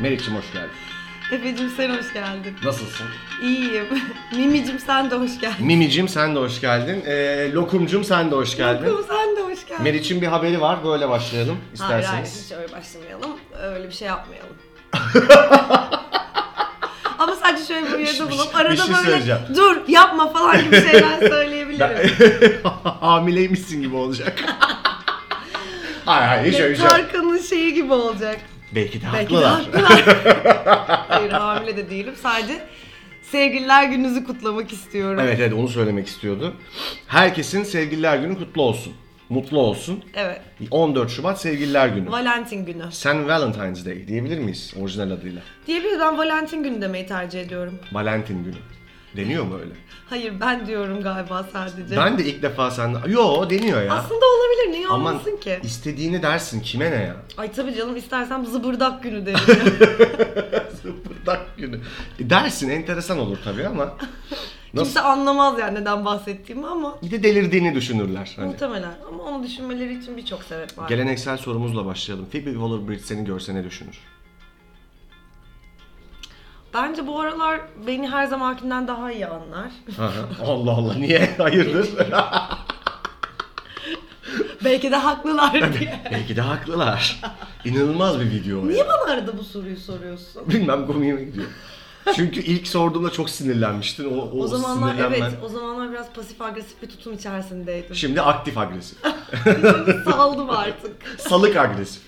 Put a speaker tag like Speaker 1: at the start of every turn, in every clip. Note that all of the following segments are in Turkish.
Speaker 1: Melih'cim hoş geldin.
Speaker 2: Efe'cim sen hoş geldin.
Speaker 1: Nasılsın?
Speaker 2: İyiyim. Mimicim sen de hoş geldin.
Speaker 1: Mimicim sen de hoş geldin. Ee, Lokumcum sen de hoş geldin.
Speaker 2: Lokum sen de hoş geldin.
Speaker 1: Meriç'in bir haberi var. Böyle başlayalım
Speaker 2: Hayır hayır
Speaker 1: isterseniz.
Speaker 2: hiç öyle başlamayalım. Öyle bir şey yapmayalım. Ama sadece şöyle bir
Speaker 1: Bir şey-
Speaker 2: yerde bulup
Speaker 1: bir
Speaker 2: arada
Speaker 1: şey söyleyeceğim. şey
Speaker 2: böyle dur yapma falan gibi şeyler söyleyebilirim.
Speaker 1: Hamileymişsin gibi olacak. hayır hayır hiç öyle bir şey. yok.
Speaker 2: Tarkan'ın şeyi gibi olacak.
Speaker 1: Belki de
Speaker 2: Belki de
Speaker 1: haklılar.
Speaker 2: haklılar. Hayır hamile de değilim. Sadece sevgililer gününüzü kutlamak istiyorum.
Speaker 1: Evet evet onu söylemek istiyordu. Herkesin sevgililer günü kutlu olsun. Mutlu olsun.
Speaker 2: Evet.
Speaker 1: 14 Şubat sevgililer günü.
Speaker 2: Valentin günü.
Speaker 1: Sen Valentine's Day diyebilir miyiz orijinal adıyla?
Speaker 2: Diyebiliriz ben Valentin günü demeyi tercih ediyorum.
Speaker 1: Valentin günü. Deniyor mu öyle?
Speaker 2: Hayır ben diyorum galiba sadece.
Speaker 1: Ben de ilk defa senden... Yo deniyor ya.
Speaker 2: Aslında olabilir niye
Speaker 1: Aman
Speaker 2: olmasın ki?
Speaker 1: istediğini dersin kime ne ya?
Speaker 2: Ay tabii canım istersen zıbırdak günü derim.
Speaker 1: Zıpırdak günü. E, dersin enteresan olur tabii ama. Nasıl?
Speaker 2: Kimse anlamaz yani neden bahsettiğimi ama
Speaker 1: Bir de delirdiğini düşünürler. Hani.
Speaker 2: muhtemelen. Ama onu düşünmeleri için birçok sebep var.
Speaker 1: Geleneksel sorumuzla başlayalım. Phoebe Waller-Bridge seni görse ne düşünür?
Speaker 2: Bence bu aralar beni her zamankinden daha iyi anlar.
Speaker 1: Aha. Allah Allah niye? Hayırdır?
Speaker 2: Belki de haklılar diye.
Speaker 1: Belki de haklılar. İnanılmaz bir video. o ya.
Speaker 2: niye bana arada bu soruyu soruyorsun?
Speaker 1: Bilmem komiğime gidiyor. Çünkü ilk sorduğumda çok sinirlenmiştin. O, o,
Speaker 2: O zamanlar
Speaker 1: sinirlenmen-
Speaker 2: evet, o zamanlar biraz pasif agresif bir tutum içerisindeydim.
Speaker 1: Şimdi aktif agresif.
Speaker 2: Saldım artık.
Speaker 1: Salık agresif.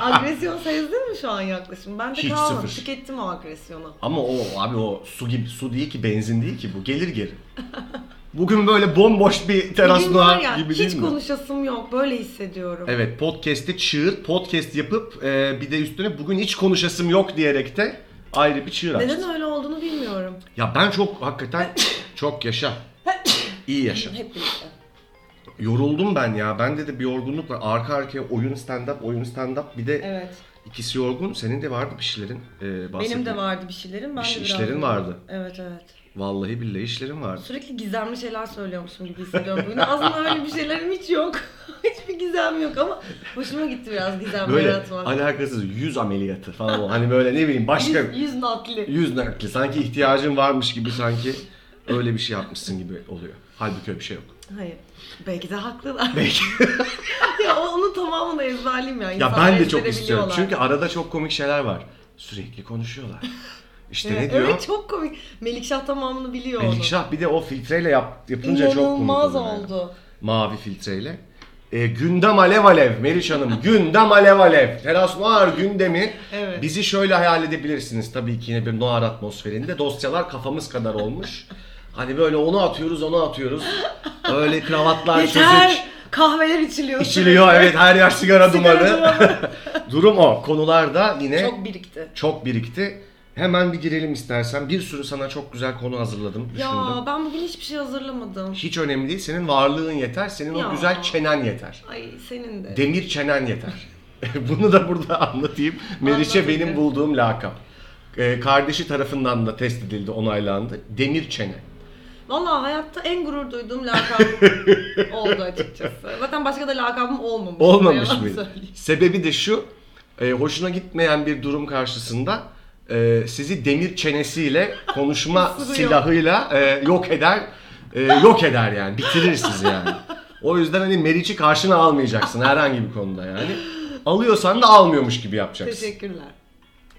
Speaker 2: Agresyon sezdin mi şu an yaklaşım? Ben de
Speaker 1: Hiç
Speaker 2: kalmadı.
Speaker 1: sıfır.
Speaker 2: Tükettim o agresyonu.
Speaker 1: Ama o abi o su gibi su değil ki benzin değil ki bu gelir geri. Bugün böyle bomboş bir teras
Speaker 2: Bugün var
Speaker 1: duvar
Speaker 2: ya
Speaker 1: gibi
Speaker 2: hiç
Speaker 1: değil mi?
Speaker 2: konuşasım yok. Böyle hissediyorum.
Speaker 1: Evet podcast'i çığır podcast yapıp e, bir de üstüne bugün hiç konuşasım yok diyerek de ayrı bir çığır açtı.
Speaker 2: Neden öyle olduğunu bilmiyorum.
Speaker 1: Ya ben çok hakikaten çok yaşa. İyi yaşa.
Speaker 2: Hep birlikte.
Speaker 1: Yoruldum ben ya. Bende de bir yorgunluk var. Arka arkaya oyun stand up, oyun stand up. Bir de
Speaker 2: Evet.
Speaker 1: ikisi yorgun. Senin de vardı bir şeylerin. E, bahsettiğin.
Speaker 2: Benim de vardı bir şeylerim. Ben
Speaker 1: Bir
Speaker 2: de
Speaker 1: şey-
Speaker 2: biraz-
Speaker 1: işlerin vardı.
Speaker 2: Evet evet.
Speaker 1: Vallahi billahi işlerin vardı.
Speaker 2: Sürekli gizemli şeyler söylüyormuşum gibi hissediyorum bugün. Aslında öyle bir şeylerim hiç yok. Hiçbir gizem yok ama hoşuma gitti biraz gizem
Speaker 1: Böyle
Speaker 2: yaratmak.
Speaker 1: alakasız yüz ameliyatı falan. o. hani böyle ne bileyim başka
Speaker 2: Yüz, yüz natli.
Speaker 1: yüz nakli. Sanki ihtiyacın varmış gibi sanki öyle bir şey yapmışsın gibi oluyor. Halbuki öyle bir şey yok.
Speaker 2: Hayır. Belki de haklılar.
Speaker 1: Belki.
Speaker 2: ya o- onun tamamını ezberleyeyim ya.
Speaker 1: ya
Speaker 2: İnsanlar
Speaker 1: ben de çok istiyorum.
Speaker 2: ezberebiliyorlar.
Speaker 1: Çünkü arada çok komik şeyler var. Sürekli konuşuyorlar. İşte
Speaker 2: Evet,
Speaker 1: ne diyor?
Speaker 2: Evet çok komik. Melikşah tamamını biliyor onu.
Speaker 1: Melikşah bir de o filtreyle yap, yapınca çok komik
Speaker 2: İnanılmaz
Speaker 1: oluyor yani.
Speaker 2: oldu.
Speaker 1: Mavi filtreyle. E, gündem alev alev Meriç Hanım. gündem alev alev. Teras Noir gündemi.
Speaker 2: Evet.
Speaker 1: Bizi şöyle hayal edebilirsiniz tabii ki yine bir noir atmosferinde. Dosyalar kafamız kadar olmuş. Hani böyle onu atıyoruz onu atıyoruz. Öyle kravatlar çözük.
Speaker 2: Yeter. Kahveler içiliyor.
Speaker 1: İçiliyor
Speaker 2: sürekli.
Speaker 1: evet her yer sigara
Speaker 2: Sigara
Speaker 1: dumanı. Durum o. Konularda yine çok,
Speaker 2: Çok birikti.
Speaker 1: birikti. Hemen bir girelim istersen. Bir sürü sana çok güzel konu hazırladım, düşündüm.
Speaker 2: Ya ben bugün hiçbir şey hazırlamadım.
Speaker 1: Hiç önemli değil. Senin varlığın yeter. Senin
Speaker 2: Ya.
Speaker 1: o güzel çenen yeter.
Speaker 2: Ay senin de.
Speaker 1: Demir çenen yeter. Bunu da burada anlatayım. Meriç'e
Speaker 2: Anlatayım.
Speaker 1: benim bulduğum lakap. Ee, kardeşi tarafından da test edildi, onaylandı. Demir çene.
Speaker 2: Vallahi hayatta en gurur duyduğum lakabım oldu açıkçası. Zaten başka da lakabım olmamış.
Speaker 1: Olmamış
Speaker 2: Yalan
Speaker 1: mıydı?
Speaker 2: söyleyeyim.
Speaker 1: Sebebi de şu. e, hoşuna gitmeyen bir durum karşısında e, sizi demir çenesiyle konuşma
Speaker 2: Isırıyor.
Speaker 1: silahıyla e, yok eder. e, yok eder yani. Bitirir sizi yani. O yüzden hani Meriç'i karşına almayacaksın herhangi bir konuda yani. Alıyorsan da almıyormuş gibi yapacaksın.
Speaker 2: Teşekkürler.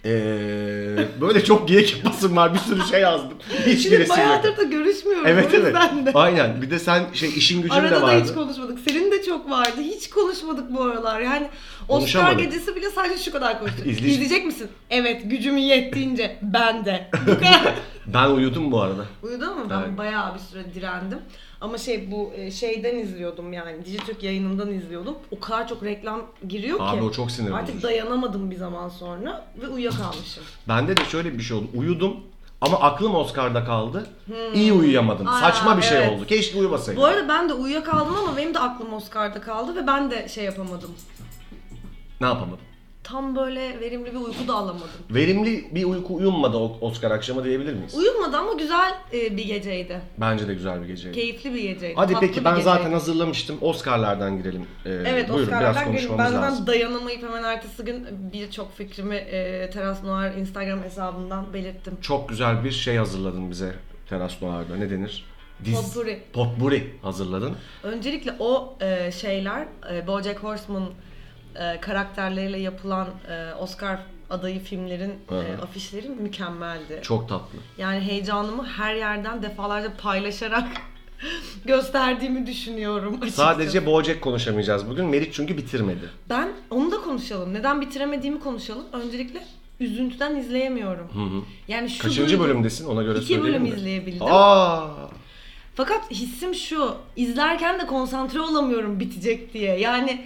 Speaker 1: Ee, böyle çok geyik yapasım var. Bir sürü şey yazdım.
Speaker 2: Şimdi
Speaker 1: Hiçbirisi yok.
Speaker 2: bayağıdır da görüşmüyoruz.
Speaker 1: Evet
Speaker 2: o
Speaker 1: evet.
Speaker 2: yüzden de.
Speaker 1: Aynen. Bir de sen şey işin gücün de
Speaker 2: Arada da hiç
Speaker 1: vardı.
Speaker 2: konuşmadık. Senin de çok vardı. Hiç konuşmadık bu aralar. Yani Oscar
Speaker 1: Konuşamadık.
Speaker 2: gecesi bile sadece şu kadar konuştuk.
Speaker 1: İzleyici-
Speaker 2: İzleyecek misin? Evet gücümün yettiğince ben de. Bu kadar.
Speaker 1: ben uyudum bu arada.
Speaker 2: Uyudun mu? Ben
Speaker 1: Evet.
Speaker 2: bayağı bir süre direndim. Ama şey bu e, şeyden izliyordum yani Dijitürk yayınından izliyordum. O kadar çok reklam giriyor
Speaker 1: Abi
Speaker 2: ki.
Speaker 1: o çok sinir
Speaker 2: Artık
Speaker 1: bozucu.
Speaker 2: dayanamadım bir zaman sonra ve uyuyakalmışım.
Speaker 1: Bende de şöyle bir şey oldu. Uyudum ama aklım Oscar'da kaldı. İyi uyuyamadım.
Speaker 2: Hmm. Aa,
Speaker 1: Saçma bir şey
Speaker 2: evet.
Speaker 1: oldu. Keşke uyumasaydım.
Speaker 2: Bu arada ben de uyuyakaldım ama benim de aklım Oscar'da kaldı ve ben de şey yapamadım.
Speaker 1: Ne yapamadım?
Speaker 2: tam böyle verimli bir uyku da alamadım.
Speaker 1: Verimli bir uyku uyunmadı o- Oscar akşamı diyebilir miyiz?
Speaker 2: Uyumadı ama güzel e, bir geceydi.
Speaker 1: Bence de güzel bir geceydi.
Speaker 2: Keyifli bir geceydi.
Speaker 1: Hadi
Speaker 2: tatlı
Speaker 1: peki
Speaker 2: bir
Speaker 1: ben
Speaker 2: geceydi.
Speaker 1: zaten hazırlamıştım. Oscar'lardan girelim. Ee,
Speaker 2: Evet
Speaker 1: buyurun biraz
Speaker 2: Oscar'lardan gelin.
Speaker 1: konuşmamız
Speaker 2: Ben
Speaker 1: lazım.
Speaker 2: zaten dayanamayıp hemen ertesi gün birçok fikrimi e, Teras Noir Instagram hesabından belirttim.
Speaker 1: Çok güzel bir şey hazırladın bize Teras Noir'da. Ne denir?
Speaker 2: Potpourri.
Speaker 1: Potpourri hazırladın.
Speaker 2: Öncelikle o e, şeyler, e, BoJack Horseman e, karakterleriyle yapılan e, Oscar adayı filmlerin
Speaker 1: Hı hı.
Speaker 2: e, afişleri mükemmeldi.
Speaker 1: Çok tatlı.
Speaker 2: Yani heyecanımı her yerden defalarca paylaşarak gösterdiğimi düşünüyorum açıkçası.
Speaker 1: Sadece Bojack konuşamayacağız bugün. Meriç çünkü bitirmedi.
Speaker 2: Ben onu da konuşalım. Neden bitiremediğimi konuşalım. Öncelikle üzüntüden izleyemiyorum. Yani şu
Speaker 1: Kaçıncı
Speaker 2: duygu-
Speaker 1: bölümdesin ona göre
Speaker 2: İki
Speaker 1: söyleyeyim
Speaker 2: bölüm
Speaker 1: mi?
Speaker 2: izleyebildim.
Speaker 1: Aa,
Speaker 2: Fakat hissim şu, izlerken de konsantre olamıyorum bitecek diye. Yani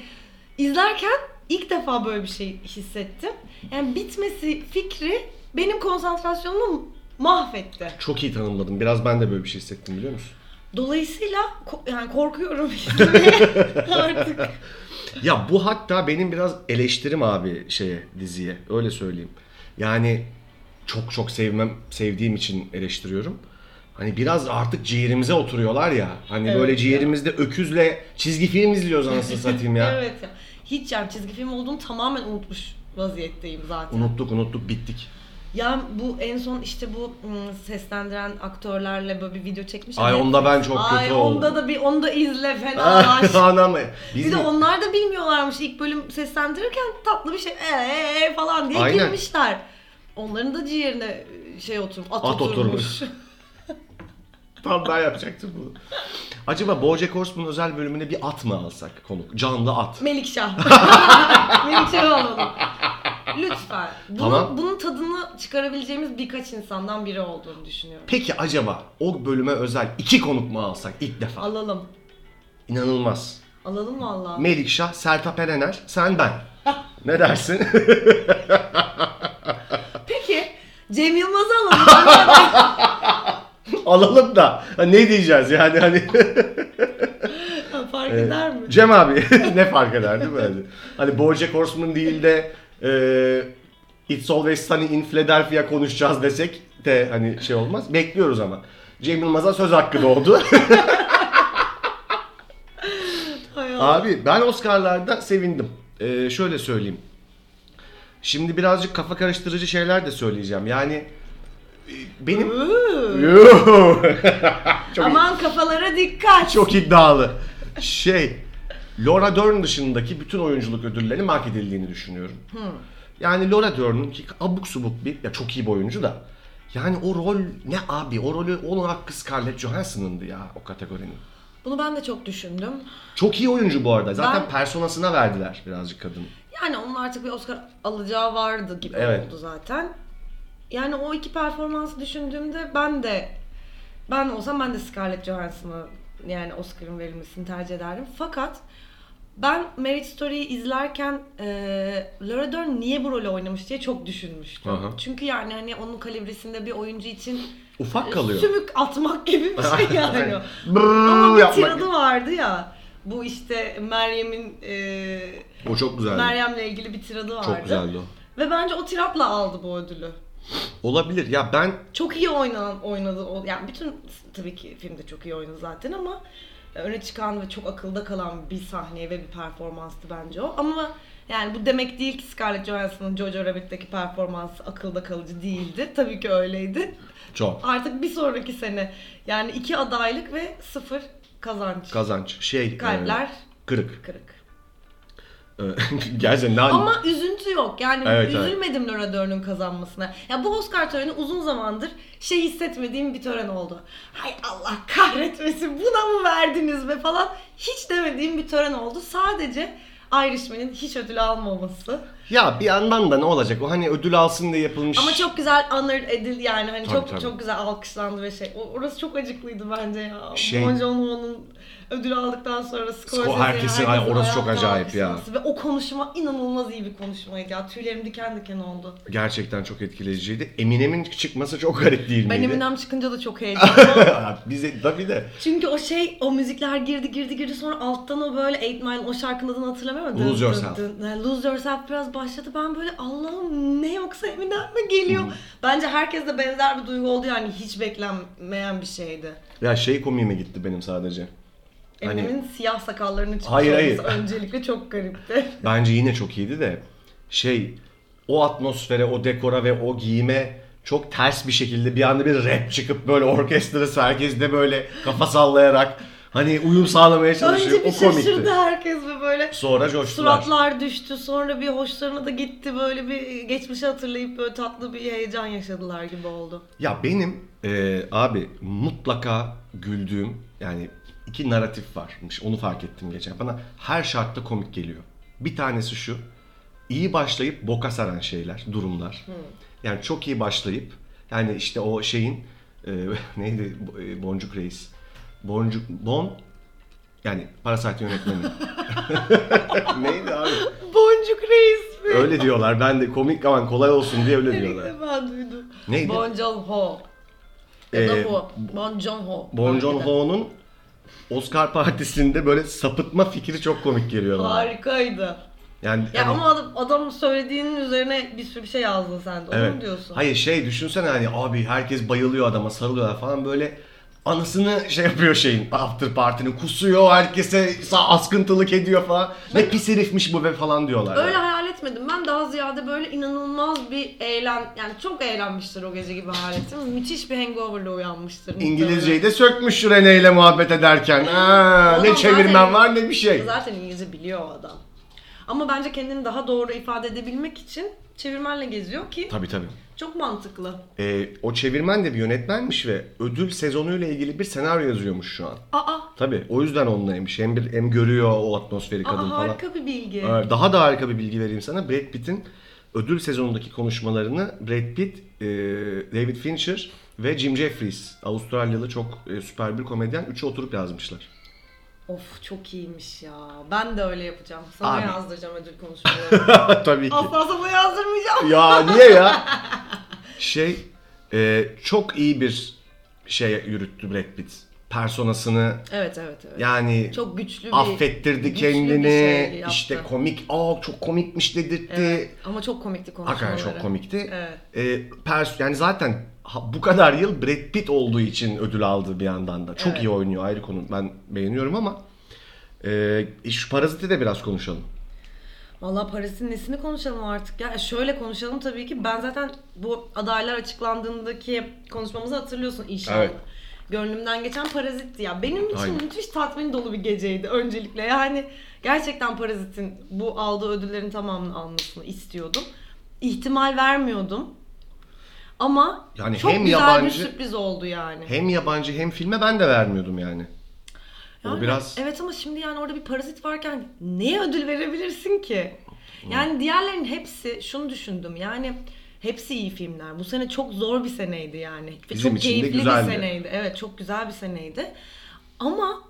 Speaker 2: izlerken ilk defa böyle bir şey hissettim. Yani bitmesi fikri benim konsantrasyonumu mahvetti.
Speaker 1: çok iyi tanımladın. Biraz ben de böyle bir şey hissettim biliyor musun?
Speaker 2: Dolayısıyla ko- yani korkuyorum izlemeye artık.
Speaker 1: Ya bu hatta benim biraz eleştirim abi şeye diziye öyle söyleyeyim. Yani çok çok sevmem sevdiğim için eleştiriyorum. Hani biraz artık ciğerimize oturuyorlar ya. Hani
Speaker 2: Evet
Speaker 1: böyle
Speaker 2: ya.
Speaker 1: ciğerimizde öküzle çizgi film izliyoruz anasını satayım ya.
Speaker 2: evet ya. Hiç yani çizgi film olduğunu tamamen unutmuş vaziyetteyim zaten.
Speaker 1: Unuttuk unuttuk bittik.
Speaker 2: Ya bu en son işte bu ım, seslendiren aktörlerle böyle bir video çekmiş.
Speaker 1: Ay
Speaker 2: Hani-
Speaker 1: onda ben çok
Speaker 2: Ay
Speaker 1: kötü
Speaker 2: onda
Speaker 1: oldum.
Speaker 2: da bir onda izle fenalaş.
Speaker 1: Anam. Biz
Speaker 2: Bir de
Speaker 1: mi-
Speaker 2: onlar da bilmiyorlarmış ilk bölüm seslendirirken tatlı bir şey eee falan diye
Speaker 1: Aynen.
Speaker 2: girmişler. Onların da ciğerine şey oturmuş, at,
Speaker 1: At
Speaker 2: oturmuş.
Speaker 1: Tam ben yapacaktım bunu. Acaba BoJack Horseman özel bölümüne bir at mı alsak konuk? Canlı at.
Speaker 2: Melikşah. Melikşah alalım. Lütfen. Bunun,
Speaker 1: Tamam.
Speaker 2: bunun tadını çıkarabileceğimiz birkaç insandan biri olduğunu düşünüyorum.
Speaker 1: Peki acaba o bölüme özel iki konuk mu alsak ilk defa?
Speaker 2: Alalım.
Speaker 1: İnanılmaz.
Speaker 2: Alalım valla.
Speaker 1: Melikşah, Sertap Erener, sen ben. Ne dersin?
Speaker 2: Peki. Cem Yılmaz'ı alalım.
Speaker 1: Alalım da ha, ne diyeceğiz yani hani
Speaker 2: Fark eder mi?
Speaker 1: Cem abi ne fark eder değil mi? Hani, hani Bojack Horseman değil de e, It's Always Sunny in Philadelphia konuşacağız desek de hani şey olmaz. Bekliyoruz ama. Cem Yılmaz'a söz hakkı doğdu.
Speaker 2: Hay Allah.
Speaker 1: Abi ben Oscar'larda sevindim. Ee, şöyle söyleyeyim. Şimdi birazcık kafa karıştırıcı şeyler de söyleyeceğim. Yani e, benim
Speaker 2: Uuu.
Speaker 1: Yuh! çok
Speaker 2: Aman kafalara dikkat.
Speaker 1: çok iddialı. Şey, Laura Dern dışındaki bütün oyunculuk ödüllerinin hak edildiğini düşünüyorum.
Speaker 2: Hmm.
Speaker 1: Yani Laura Dern'in ki abuk subuk bir ya çok iyi bir oyuncu da yani o rol ne abi? O rolü onun hakkı Scarlett Johansson'ındı ya o kategorinin.
Speaker 2: Bunu ben de çok düşündüm.
Speaker 1: Çok iyi oyuncu bu arada. Zaten
Speaker 2: Ben-
Speaker 1: personasına verdiler birazcık kadın.
Speaker 2: Yani onun artık bir Oscar alacağı vardı gibi
Speaker 1: Evet.
Speaker 2: oldu zaten. Yani o iki performansı düşündüğümde ben de ben olsam ben de Scarlett Johansson'ı yani Oscar'ın verilmesini tercih ederdim. Fakat ben Marriage Story'yi izlerken eee Laura Dern niye bu rolü oynamış diye çok düşünmüştüm.
Speaker 1: Aha.
Speaker 2: Çünkü yani hani onun kalibresinde bir oyuncu için
Speaker 1: Ufak kalıyor.
Speaker 2: Ee, sümük atmak gibi bir şey yani. o. Ama
Speaker 1: Brrrr
Speaker 2: bir
Speaker 1: yapmak.
Speaker 2: tiradı vardı ya. Bu işte Meryem'in e, eee
Speaker 1: O çok güzeldi.
Speaker 2: Meryem'le ilgili bir tiradı vardı.
Speaker 1: Çok güzeldi o.
Speaker 2: Ve bence o tiratla aldı bu ödülü.
Speaker 1: Olabilir. Ya ben
Speaker 2: Çok iyi oynanan oynadı. o- Yani bütün tabii ki filmde çok iyi oynadı zaten ama öne çıkan ve çok akılda kalan bir sahneye ve bir performanstı bence o. Ama yani bu demek değil ki Scarlett Johansson'ın Jojo Rabbit'teki performansı akılda kalıcı değildi. Tabii ki öyleydi.
Speaker 1: çok
Speaker 2: Artık bir sonraki sene yani iki adaylık ve sıfır kazanç.
Speaker 1: kazanç şey
Speaker 2: Kalpler
Speaker 1: e, kırık.
Speaker 2: kırık.
Speaker 1: E, Gerçekten ne
Speaker 2: Ama üzüntü yok. Yani
Speaker 1: Hani- Evet, evet.
Speaker 2: üzülmedim Laura Dern'in kazanmasına. Ya bu Oscar töreni uzun zamandır şey hissetmediğim bir tören oldu. Hay Allah kahretmesin buna mı verdiniz be falan. Hiç demediğim bir tören oldu. Sadece Irishman'in hiç ödül almaması.
Speaker 1: Ya bir yandan da ne olacak? O hani ödül alsın diye yapılmış.
Speaker 2: Ama çok güzel honored edil yani hani
Speaker 1: Tabii,
Speaker 2: çok
Speaker 1: tabii.
Speaker 2: çok güzel alkışlandı ve şey. O- Orası çok acıklıydı bence ya.
Speaker 1: Şey-
Speaker 2: Bon Joon-ho'nun ödül aldıktan sonra Scorsese'ye
Speaker 1: herkesin- ay, orası
Speaker 2: ayakta
Speaker 1: çok acayip ya.
Speaker 2: alkışlaması Ve o konuşma inanılmaz iyi bir konuşmaydı ya. Tüylerim diken diken oldu.
Speaker 1: Gerçekten çok etkileyiciydi. Eminem'in çıkması çok garip değil
Speaker 2: Ben
Speaker 1: miydi?
Speaker 2: Eminem çıkınca da çok heyecanlandım.
Speaker 1: Bize tabii de.
Speaker 2: Çünkü o şey, o müzikler girdi girdi girdi sonra alttan o böyle 8 Mile o şarkının adını hatırlamıyorum. ama
Speaker 1: Lose
Speaker 2: dın dın
Speaker 1: Yourself.
Speaker 2: dın. Yani Lose Yourself biraz başladı. Ben böyle Allah'ım ne yoksa Eminem mi geliyor?
Speaker 1: Hmm.
Speaker 2: Bence herkes de benzer bir duygu oldu yani hiç beklenmeyen bir şeydi.
Speaker 1: Ya şey komiğime gitti benim sadece. Hani-
Speaker 2: Eminem'in siyah sakallarını çıkmış
Speaker 1: Hayır, hayır.
Speaker 2: olması öncelikle çok garipti.
Speaker 1: Bence yine çok iyiydi de şey o atmosfere, o dekora ve o giyime çok ters bir şekilde bir anda bir rap çıkıp böyle orkestrası herkes de böyle kafa sallayarak hani uyum sağlamaya çalışıyor.
Speaker 2: Önce bir
Speaker 1: o komikti.
Speaker 2: şaşırdı herkes ve böyle
Speaker 1: Sonra coştular.
Speaker 2: suratlar düştü. Sonra bir hoşlarına da gitti. Böyle bir geçmişi hatırlayıp böyle tatlı bir heyecan yaşadılar gibi oldu.
Speaker 1: Ya benim e, abi mutlaka güldüğüm yani iki narratif varmış. Onu fark ettim geçen. Bana her şartta komik geliyor. Bir tanesi şu. iyi başlayıp boka saran şeyler, durumlar. Yani çok iyi başlayıp yani işte o şeyin e, neydi Bo- e, Boncuk Reis. Boncuk Bon yani Parasite yönetmeni. neydi abi?
Speaker 2: Boncuk reis mi?
Speaker 1: Öyle diyorlar. Ben de komik aman kolay olsun diye öyle
Speaker 2: İlk
Speaker 1: diyorlar.
Speaker 2: defa duydum.
Speaker 1: Neydi?
Speaker 2: Bon Joon Ho. Ya da
Speaker 1: Ee,
Speaker 2: Ho. Bon Joon Ho.
Speaker 1: Bon Joon
Speaker 2: Harbiden.
Speaker 1: Ho'nun Oscar partisinde böyle sapıtma fikri çok komik geliyor bana.
Speaker 2: Harikaydı.
Speaker 1: Yani,
Speaker 2: Ya
Speaker 1: hani-
Speaker 2: ama adam, adam söylediğinin üzerine bir sürü bir şey yazdın sen de. Onu mu diyorsun?
Speaker 1: Hayır şey düşünsene hani abi herkes bayılıyor adama sarılıyorlar falan böyle anasını şey yapıyor şeyin after partinin kusuyor herkese sa- askıntılık ediyor falan. Ne pis herifmiş bu be falan diyorlar.
Speaker 2: Öyle
Speaker 1: yani.
Speaker 2: hayal etmedim. Ben daha ziyade böyle inanılmaz bir eğlen... Yani çok eğlenmiştir o gece gibi hayal ettim. Müthiş bir hangoverla uyanmıştır. muhtemelen.
Speaker 1: İngilizceyi de sökmüş Rene ile muhabbet ederken. Ha,
Speaker 2: Oğlum
Speaker 1: ne
Speaker 2: ben
Speaker 1: çevirmen
Speaker 2: de-
Speaker 1: var ne bir şey.
Speaker 2: Zaten İngilizce biliyor o adam. Ama bence kendini daha doğru ifade edebilmek için çevirmenle geziyor ki
Speaker 1: Tabii tabii.
Speaker 2: çok mantıklı.
Speaker 1: Ee, o çevirmen de bir yönetmenmiş ve ödül sezonuyla ilgili bir senaryo yazıyormuş şu an.
Speaker 2: Aa,
Speaker 1: Tabii o yüzden onunlaymış. Hem, bir, hem görüyor o atmosferi kadın
Speaker 2: aa
Speaker 1: falan.
Speaker 2: harika bir bilgi.
Speaker 1: Ee, Daha da harika bir bilgi vereyim sana. Brad Pitt'in ödül sezonundaki konuşmalarını Brad Pitt, e, David Fincher ve Jim Jeffries, Avustralyalı çok e, süper bir komedyen, üçü oturup yazmışlar.
Speaker 2: Of çok iyiymiş ya. Ben de öyle yapacağım. Sana
Speaker 1: Abi.
Speaker 2: yazdıracağım ödül konuşmaları.
Speaker 1: Tabii ki.
Speaker 2: Asla sana yazdırmayacağım.
Speaker 1: ya niye ya? Şey, e, çok iyi bir şey yürüttü Brad Pitt. Personasını
Speaker 2: Evet evet evet.
Speaker 1: yani
Speaker 2: çok güçlü bir
Speaker 1: affettirdi
Speaker 2: güçlü bir
Speaker 1: kendini.
Speaker 2: şey yaptı.
Speaker 1: işte komik, aa çok komikmiş dedirtti.
Speaker 2: Evet, Ama çok komikti konuşmaları.
Speaker 1: Hakikaten çok komikti.
Speaker 2: Evet.
Speaker 1: Ee, pers yani zaten ha- bu kadar yıl Brad Pitt olduğu için ödül aldı bir yandan da. Çok
Speaker 2: Evet.
Speaker 1: iyi oynuyor ayrı konu. Ben beğeniyorum ama e, şu paraziti de biraz konuşalım.
Speaker 2: Vallahi Paris'in nesini konuşalım artık ya. E, Şöyle konuşalım tabii ki. Ben zaten bu adaylar açıklandığındaki konuşmamızı hatırlıyorsun inşallah.
Speaker 1: Evet.
Speaker 2: Gönlümden geçen parazitti ya. Benim için
Speaker 1: Aynen.
Speaker 2: müthiş tatmin dolu bir geceydi öncelikle. Yani gerçekten parazitin bu aldığı ödüllerin tamamını almasını istiyordum. İhtimal vermiyordum. Ama
Speaker 1: Yani
Speaker 2: çok
Speaker 1: hem
Speaker 2: güzel
Speaker 1: yabancı-
Speaker 2: bir sürpriz oldu yani.
Speaker 1: Hem yabancı hem filme ben de vermiyordum yani.
Speaker 2: Yani
Speaker 1: o biraz
Speaker 2: Evet ama şimdi yani orada bir parazit varken neye ödül verebilirsin ki? Yani diğerlerin hepsi şunu düşündüm yani hepsi iyi filmler. Bu sene çok zor bir seneydi yani. Ve
Speaker 1: Bizim
Speaker 2: çok
Speaker 1: için de
Speaker 2: keyifli
Speaker 1: güzeldi.
Speaker 2: bir seneydi. Evet çok güzel bir seneydi. Ama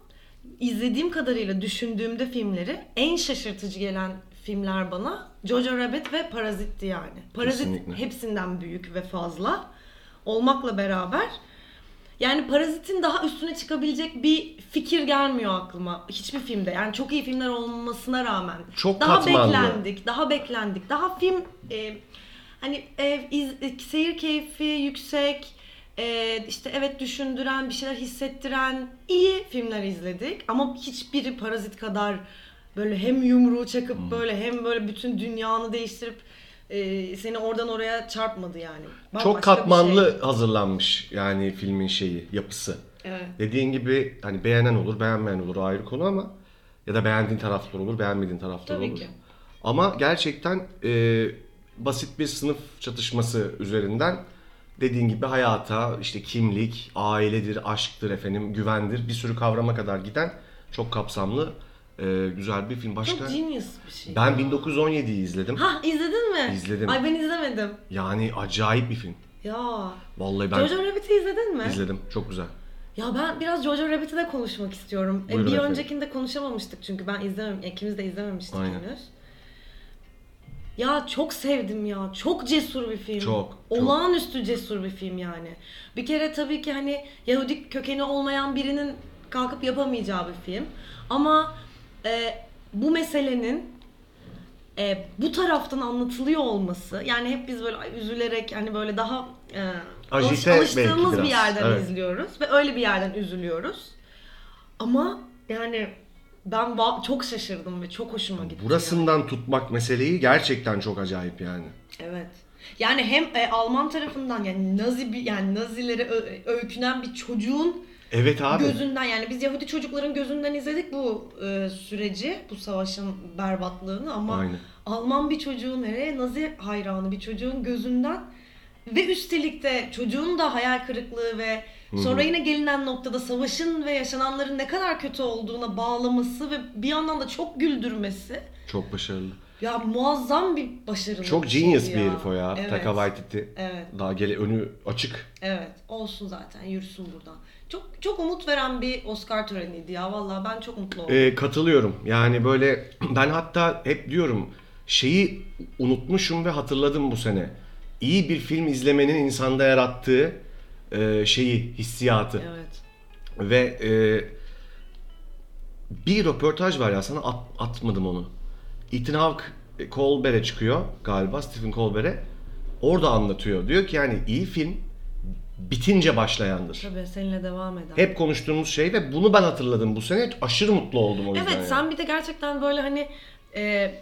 Speaker 2: izlediğim kadarıyla düşündüğümde filmleri en şaşırtıcı gelen filmler bana Jojo Rabbit ve Parazit'ti yani. Parazit
Speaker 1: Kesinlikle.
Speaker 2: hepsinden büyük ve fazla olmakla beraber yani Parazit'in daha üstüne çıkabilecek bir fikir gelmiyor aklıma hiçbir filmde. Yani çok iyi filmler olmasına rağmen.
Speaker 1: Çok
Speaker 2: daha
Speaker 1: katmanlı.
Speaker 2: beklendik, daha beklendik. Daha film e, hani e, iz- e, seyir keyfi yüksek, e, işte evet düşündüren, bir şeyler hissettiren iyi filmler izledik. Ama hiçbiri Parazit kadar böyle hem yumruğu çakıp
Speaker 1: Hmm.
Speaker 2: böyle hem böyle bütün dünyanı değiştirip e, seni oradan oraya çarpmadı yani. Bambaşka
Speaker 1: çok
Speaker 2: bir şey.
Speaker 1: katmanlı hazırlanmış yani filmin şeyi, yapısı.
Speaker 2: Evet.
Speaker 1: Dediğin gibi hani beğenen olur, beğenmeyen olur o ayrı konu ama ya da beğendiğin taraflar olur, beğenmediğin taraflar
Speaker 2: Tabii
Speaker 1: olur.
Speaker 2: ki.
Speaker 1: Ama gerçekten e, basit bir sınıf çatışması üzerinden dediğin gibi hayata işte kimlik, ailedir, aşktır efendim, güvendir bir sürü kavrama kadar giden çok kapsamlı e, güzel bir film. Başka
Speaker 2: Çok genius bir şey.
Speaker 1: ben 1917'yi izledim.
Speaker 2: Ha izledin mi?
Speaker 1: İzledim.
Speaker 2: Ay ben izlemedim.
Speaker 1: Yani acayip bir film.
Speaker 2: Ya.
Speaker 1: Vallahi ben
Speaker 2: Jojo Rabbit'i izledin mi?
Speaker 1: izledim. Çok güzel.
Speaker 2: Ya ben biraz Jojo Rabbit'i de konuşmak istiyorum. E,
Speaker 1: Buyurun
Speaker 2: bir
Speaker 1: efendim.
Speaker 2: öncekinde konuşamamıştık çünkü ben izlemem, ikimiz de izlememiştik
Speaker 1: Aynen.
Speaker 2: henüz. Ya çok sevdim ya. Çok cesur bir film.
Speaker 1: Çok, çok.
Speaker 2: Olağanüstü cesur bir film yani. Bir kere tabii ki hani Yahudi kökeni olmayan birinin kalkıp yapamayacağı bir film. Ama e, bu meselenin e, bu taraftan anlatılıyor olması yani hep biz böyle ay, üzülerek hani böyle daha e, alış-
Speaker 1: Ajite belki
Speaker 2: alıştığımız
Speaker 1: biraz.
Speaker 2: bir yerden
Speaker 1: Evet.
Speaker 2: izliyoruz ve öyle bir yerden üzülüyoruz. Ama yani ben va- çok şaşırdım ve çok hoşuma gitti. yani.
Speaker 1: Burasından tutmak meseleyi gerçekten çok acayip yani.
Speaker 2: Evet. Yani hem e, Alman tarafından yani Nazi bir yani Nazilere ö- öykünen bir çocuğun
Speaker 1: Evet abi.
Speaker 2: gözünden yani biz Yahudi çocukların gözünden izledik bu e, süreci, bu savaşın berbatlığını ama
Speaker 1: Aynen.
Speaker 2: Alman bir çocuğun nereye Nazi hayranı bir çocuğun gözünden ve üstelik de çocuğun da hayal kırıklığı ve sonra yine gelinen noktada savaşın ve yaşananların ne kadar kötü olduğuna bağlaması ve bir yandan da çok güldürmesi.
Speaker 1: Çok başarılı.
Speaker 2: Ya muazzam bir başarılı.
Speaker 1: Çok
Speaker 2: bir şey
Speaker 1: genius bir herif o ya.
Speaker 2: Evet.
Speaker 1: Taka Waititi.
Speaker 2: Evet,
Speaker 1: Daha gele önü açık.
Speaker 2: evet. Olsun zaten, yürüsün buradan. Çok çok umut veren bir Oscar töreniydi ya. Vallahi ben çok mutlu oldum.
Speaker 1: Ee, katılıyorum. Yani böyle ben hatta hep diyorum şeyi unutmuşum ve hatırladım bu sene. İyi bir film izlemenin insanda yarattığı e, şeyi, hissiyatı.
Speaker 2: Evet.
Speaker 1: Ve e, bir röportaj var ya sana at- atmadım onu. Ethan Hawke e, Colbert'e çıkıyor galiba Stephen Colbert'e. Orada anlatıyor. Diyor ki yani iyi film bitince başlayandır.
Speaker 2: Tabii seninle devam eder.
Speaker 1: Hep konuştuğumuz şey ve bunu ben hatırladım bu sene. Aşırı mutlu oldum o yüzden.
Speaker 2: Evet,
Speaker 1: yani.
Speaker 2: sen bir de gerçekten böyle hani e,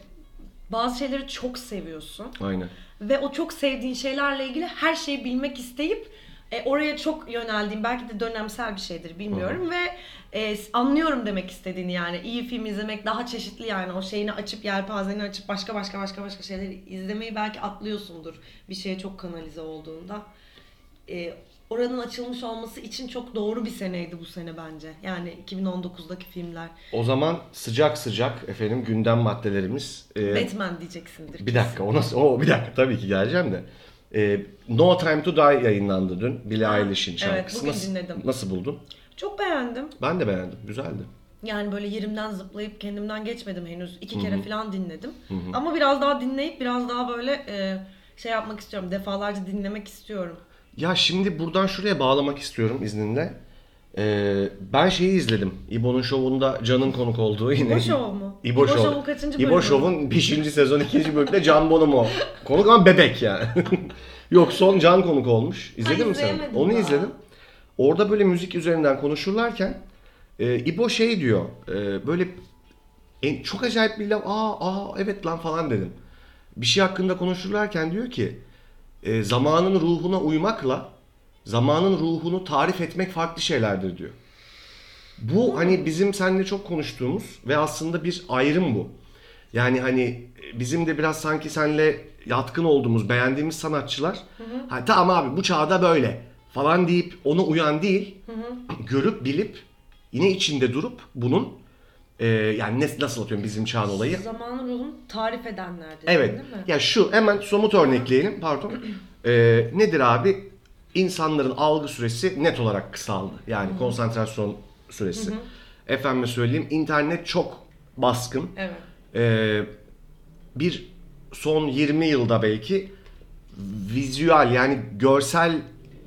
Speaker 2: bazı şeyleri çok seviyorsun
Speaker 1: Aynen.
Speaker 2: ve o çok sevdiğin şeylerle ilgili her şeyi bilmek isteyip e, oraya çok yöneldiğin belki de dönemsel bir şeydir bilmiyorum ve e, anlıyorum demek istediğini yani iyi film izlemek daha çeşitli yani o şeyini açıp yelpazeni açıp başka başka başka başka şeyleri izlemeyi belki atlıyorsundur bir şeye çok kanalize olduğunda. E, oranın açılmış olması için çok doğru bir seneydi bu sene bence. Yani 2019'daki filmler.
Speaker 1: O zaman sıcak sıcak efendim gündem maddelerimiz. Ee,
Speaker 2: Batman diyeceksindir.
Speaker 1: bir dakika o nasıl? O bir dakika tabii ki geleceğim de. Ee, no Time to Die yayınlandı dün. Billie
Speaker 2: Ha,
Speaker 1: Eilish'in
Speaker 2: evet,
Speaker 1: şarkısı.
Speaker 2: bugün
Speaker 1: nasıl,
Speaker 2: dinledim.
Speaker 1: Nasıl buldun?
Speaker 2: Çok beğendim.
Speaker 1: Ben de beğendim. Güzeldi.
Speaker 2: Yani böyle yerimden zıplayıp kendimden geçmedim henüz. iki kere falan dinledim. Ama biraz daha dinleyip biraz daha böyle e, şey yapmak istiyorum. Defalarca dinlemek istiyorum.
Speaker 1: Ya şimdi buradan şuraya bağlamak istiyorum izninle. Ee, ben şeyi izledim. İbo'nun şovunda Can'ın konuk olduğu yine.
Speaker 2: İbo Show mu?
Speaker 1: İbo,
Speaker 2: İbo
Speaker 1: Show.
Speaker 2: Show'un kaçıncı
Speaker 1: İbo
Speaker 2: bölümü?
Speaker 1: Show'un 5. sezon 2. bölümünde Can Bonomo. Konuk ama bebek yani. Yok son Can konuk olmuş. İzledin mi sen?
Speaker 2: izleyemedim
Speaker 1: Onu
Speaker 2: daha.
Speaker 1: izledim. Orada böyle müzik üzerinden konuşurlarken e, İbo şey diyor. e, böyle en, çok acayip bir laf. Aa, aa evet lan falan dedim. Bir şey hakkında konuşurlarken diyor ki e, zamanın ruhuna uymakla zamanın ruhunu tarif etmek farklı şeylerdir diyor. Bu hani bizim seninle çok konuştuğumuz ve aslında bir ayrım bu. Yani hani bizim de biraz sanki seninle yatkın olduğumuz, beğendiğimiz sanatçılar ha, tamam abi bu çağda böyle falan deyip ona uyan değil, görüp bilip yine içinde durup bunun e, yani ne- nasıl atıyorum bizim çağın olayı
Speaker 2: Zamanın ruhunu tarif edenler dedin,
Speaker 1: Evet.
Speaker 2: değil mi?
Speaker 1: Ya şu hemen somut örnekleyelim. Pardon. Ee, nedir abi? İnsanların algı süresi net olarak kısaldı. Yani konsantrasyon süresi. Efendime söyleyeyim internet çok baskın.
Speaker 2: Evet.
Speaker 1: Ee, bir son 20 yılda belki vizüel yani görsel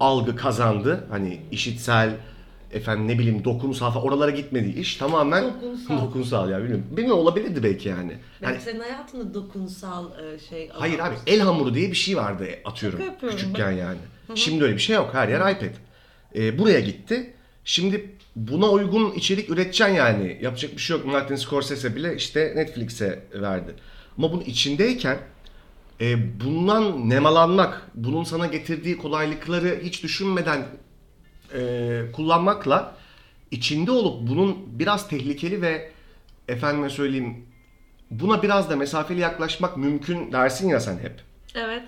Speaker 1: algı kazandı. Hani işitsel efendim ne bileyim dokunsal falan oralara gitmedi iş. Tamamen
Speaker 2: Dokunsal.
Speaker 1: dokunsal ya bilmiyorum. Bilmiyorum olabilirdi belki yani. Hani
Speaker 2: Belki
Speaker 1: Yani
Speaker 2: senin hayatında dokunsal e, şey...
Speaker 1: Hayır abi el hamuru diye bir şey vardı atıyorum
Speaker 2: Şaka yapıyorum
Speaker 1: küçükken yani. Şimdi öyle bir şey yok. Her yer iPad. Ee, buraya gitti. Şimdi buna uygun içerik üreteceksin yani. Yapacak bir şey yok. Martin Scorsese bile işte Netflix'e verdi. Ama bunun içindeyken e, bundan nemalanmak, bunun sana getirdiği kolaylıkları hiç düşünmeden e, kullanmakla içinde olup bunun biraz tehlikeli ve efendime söyleyeyim buna biraz da mesafeli yaklaşmak mümkün dersin ya sen hep.
Speaker 2: Evet.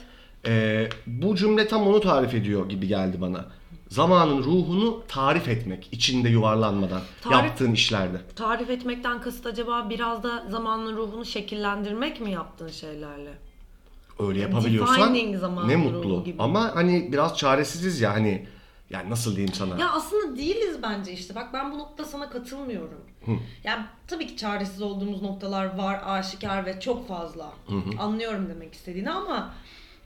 Speaker 1: E, bu cümle tam onu tarif ediyor gibi geldi bana. Zamanın ruhunu tarif etmek içinde yuvarlanmadan
Speaker 2: Tarif-
Speaker 1: yaptığın işlerde.
Speaker 2: Tarif etmekten kasıt acaba biraz da zamanın ruhunu şekillendirmek mi yaptığın şeylerle?
Speaker 1: öyle yapabiliyorsan
Speaker 2: Defining zamanı
Speaker 1: ne
Speaker 2: ruhu
Speaker 1: mutlu.
Speaker 2: gibi.
Speaker 1: Ama hani biraz çaresiziz ya hani Yani nasıl diyeyim sana?
Speaker 2: Ya aslında değiliz bence işte. Bak ben bu noktada sana katılmıyorum. Ya tabii ki çaresiz olduğumuz noktalar var aşikar ve çok fazla. Anlıyorum demek istediğini ama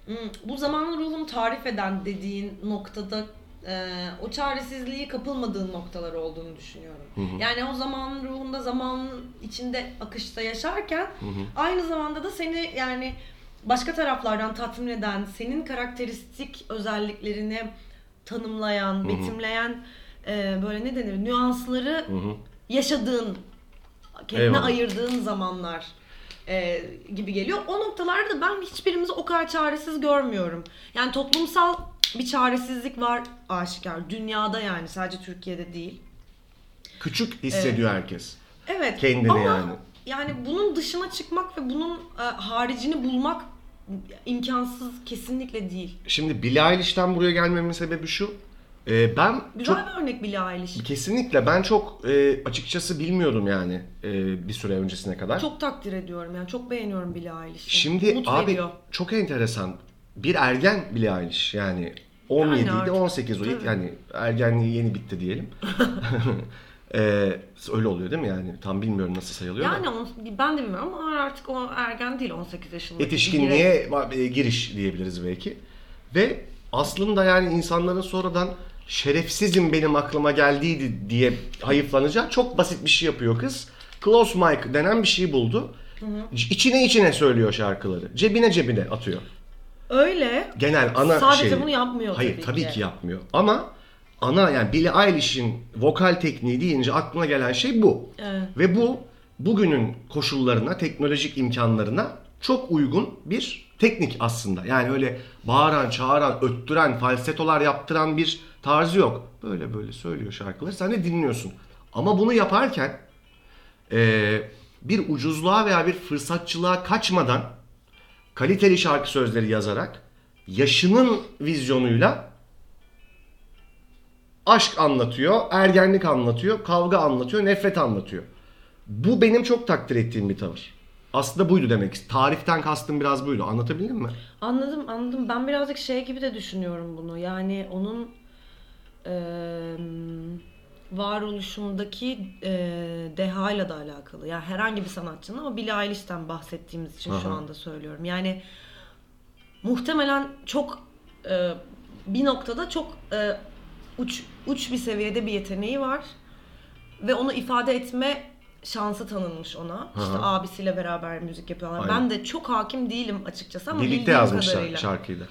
Speaker 2: hmm, bu zamanın ruhunu tarif eden dediğin noktada e, o çaresizliği kapılmadığın noktalar olduğunu düşünüyorum. Yani o zamanın ruhunda zamanın içinde akışta yaşarken aynı zamanda da seni yani başka taraflardan tatmin eden, senin karakteristik özelliklerini tanımlayan, betimleyen e, böyle ne denir nüansları yaşadığın, kendine
Speaker 1: Eyvallah.
Speaker 2: ayırdığın zamanlar e, gibi geliyor. O noktalarda ben hiçbirimizi o kadar çaresiz görmüyorum. Yani toplumsal bir çaresizlik var aşikar. Dünyada yani sadece Türkiye'de değil.
Speaker 1: Küçük hissediyor herkes.
Speaker 2: Evet.
Speaker 1: Kendini
Speaker 2: ama
Speaker 1: yani.
Speaker 2: Yani bunun dışına çıkmak ve bunun e, haricini bulmak imkansız kesinlikle değil.
Speaker 1: Şimdi Billie Eilish'ten buraya gelmemin sebebi şu. Ee, ben
Speaker 2: Güzel
Speaker 1: çok
Speaker 2: bir örnek Billie Eilish.
Speaker 1: kesinlikle ben çok e, açıkçası bilmiyordum yani e, bir süre öncesine kadar.
Speaker 2: Çok takdir ediyorum yani çok beğeniyorum Billie Eilish'i.
Speaker 1: Şimdi
Speaker 2: Umut
Speaker 1: abi
Speaker 2: veriyor.
Speaker 1: çok enteresan. Bir ergen Billie Eilish yani 17
Speaker 2: Yani
Speaker 1: ile
Speaker 2: artık,
Speaker 1: 18 o ilk
Speaker 2: tabii.
Speaker 1: yani ergenliği yeni bitti diyelim. Ee, öyle oluyor değil mi yani? Tam bilmiyorum nasıl sayılıyor da.
Speaker 2: Yani on- ben de bilmiyorum ama artık o ergen değil 18 yaşında.
Speaker 1: yetişkinliğe va- e, giriş diyebiliriz belki. Ve aslında yani insanların sonradan şerefsizim benim aklıma geldiydi diye hayıflanacağı çok basit bir şey yapıyor kız. Close mic denen bir şey buldu. C- İçine içine söylüyor şarkıları. Cebine cebine atıyor.
Speaker 2: Öyle.
Speaker 1: Genel ana
Speaker 2: Sadece
Speaker 1: şeyi.
Speaker 2: bunu yapmıyor
Speaker 1: Hayır
Speaker 2: tabii
Speaker 1: tabii
Speaker 2: ki.
Speaker 1: ki yapmıyor. Ama ana yani Billie Eilish'in vokal tekniği deyince aklına gelen şey bu.
Speaker 2: Evet.
Speaker 1: Ve bu bugünün koşullarına, teknolojik imkanlarına çok uygun bir teknik aslında. Yani öyle bağıran, çağıran, öttüren, falsetolar yaptıran bir tarzı yok. Böyle böyle söylüyor şarkıları. Sen de dinliyorsun. Ama bunu yaparken eee, bir ucuzluğa veya bir fırsatçılığa kaçmadan kaliteli şarkı sözleri yazarak yaşının vizyonuyla aşk anlatıyor, ergenlik anlatıyor, kavga anlatıyor, nefret anlatıyor. Bu benim çok takdir ettiğim bir tavır. Aslında buydu demek. Tariften kastım biraz buydu. Anlatabildim mi?
Speaker 2: Anladım anladım. Ben birazcık şey gibi de düşünüyorum bunu. Yani onun eee, varoluşundaki eee dehayla da alakalı. Yani herhangi bir sanatçının ama Billie Eilish'ten bahsettiğimiz için şu
Speaker 1: Aha.
Speaker 2: anda söylüyorum. Yani muhtemelen çok eee, bir noktada çok eee, uç uç bir seviyede bir yeteneği var ve onu ifade etme şansı tanınmış ona. İşte
Speaker 1: Aha.
Speaker 2: abisiyle beraber müzik yapıyorlar.
Speaker 1: Aynen.
Speaker 2: Ben de çok hakim değilim açıkçası ama
Speaker 1: Birlikte
Speaker 2: bildiğim
Speaker 1: yazmışlar
Speaker 2: kadarıyla.
Speaker 1: şarkıyı da.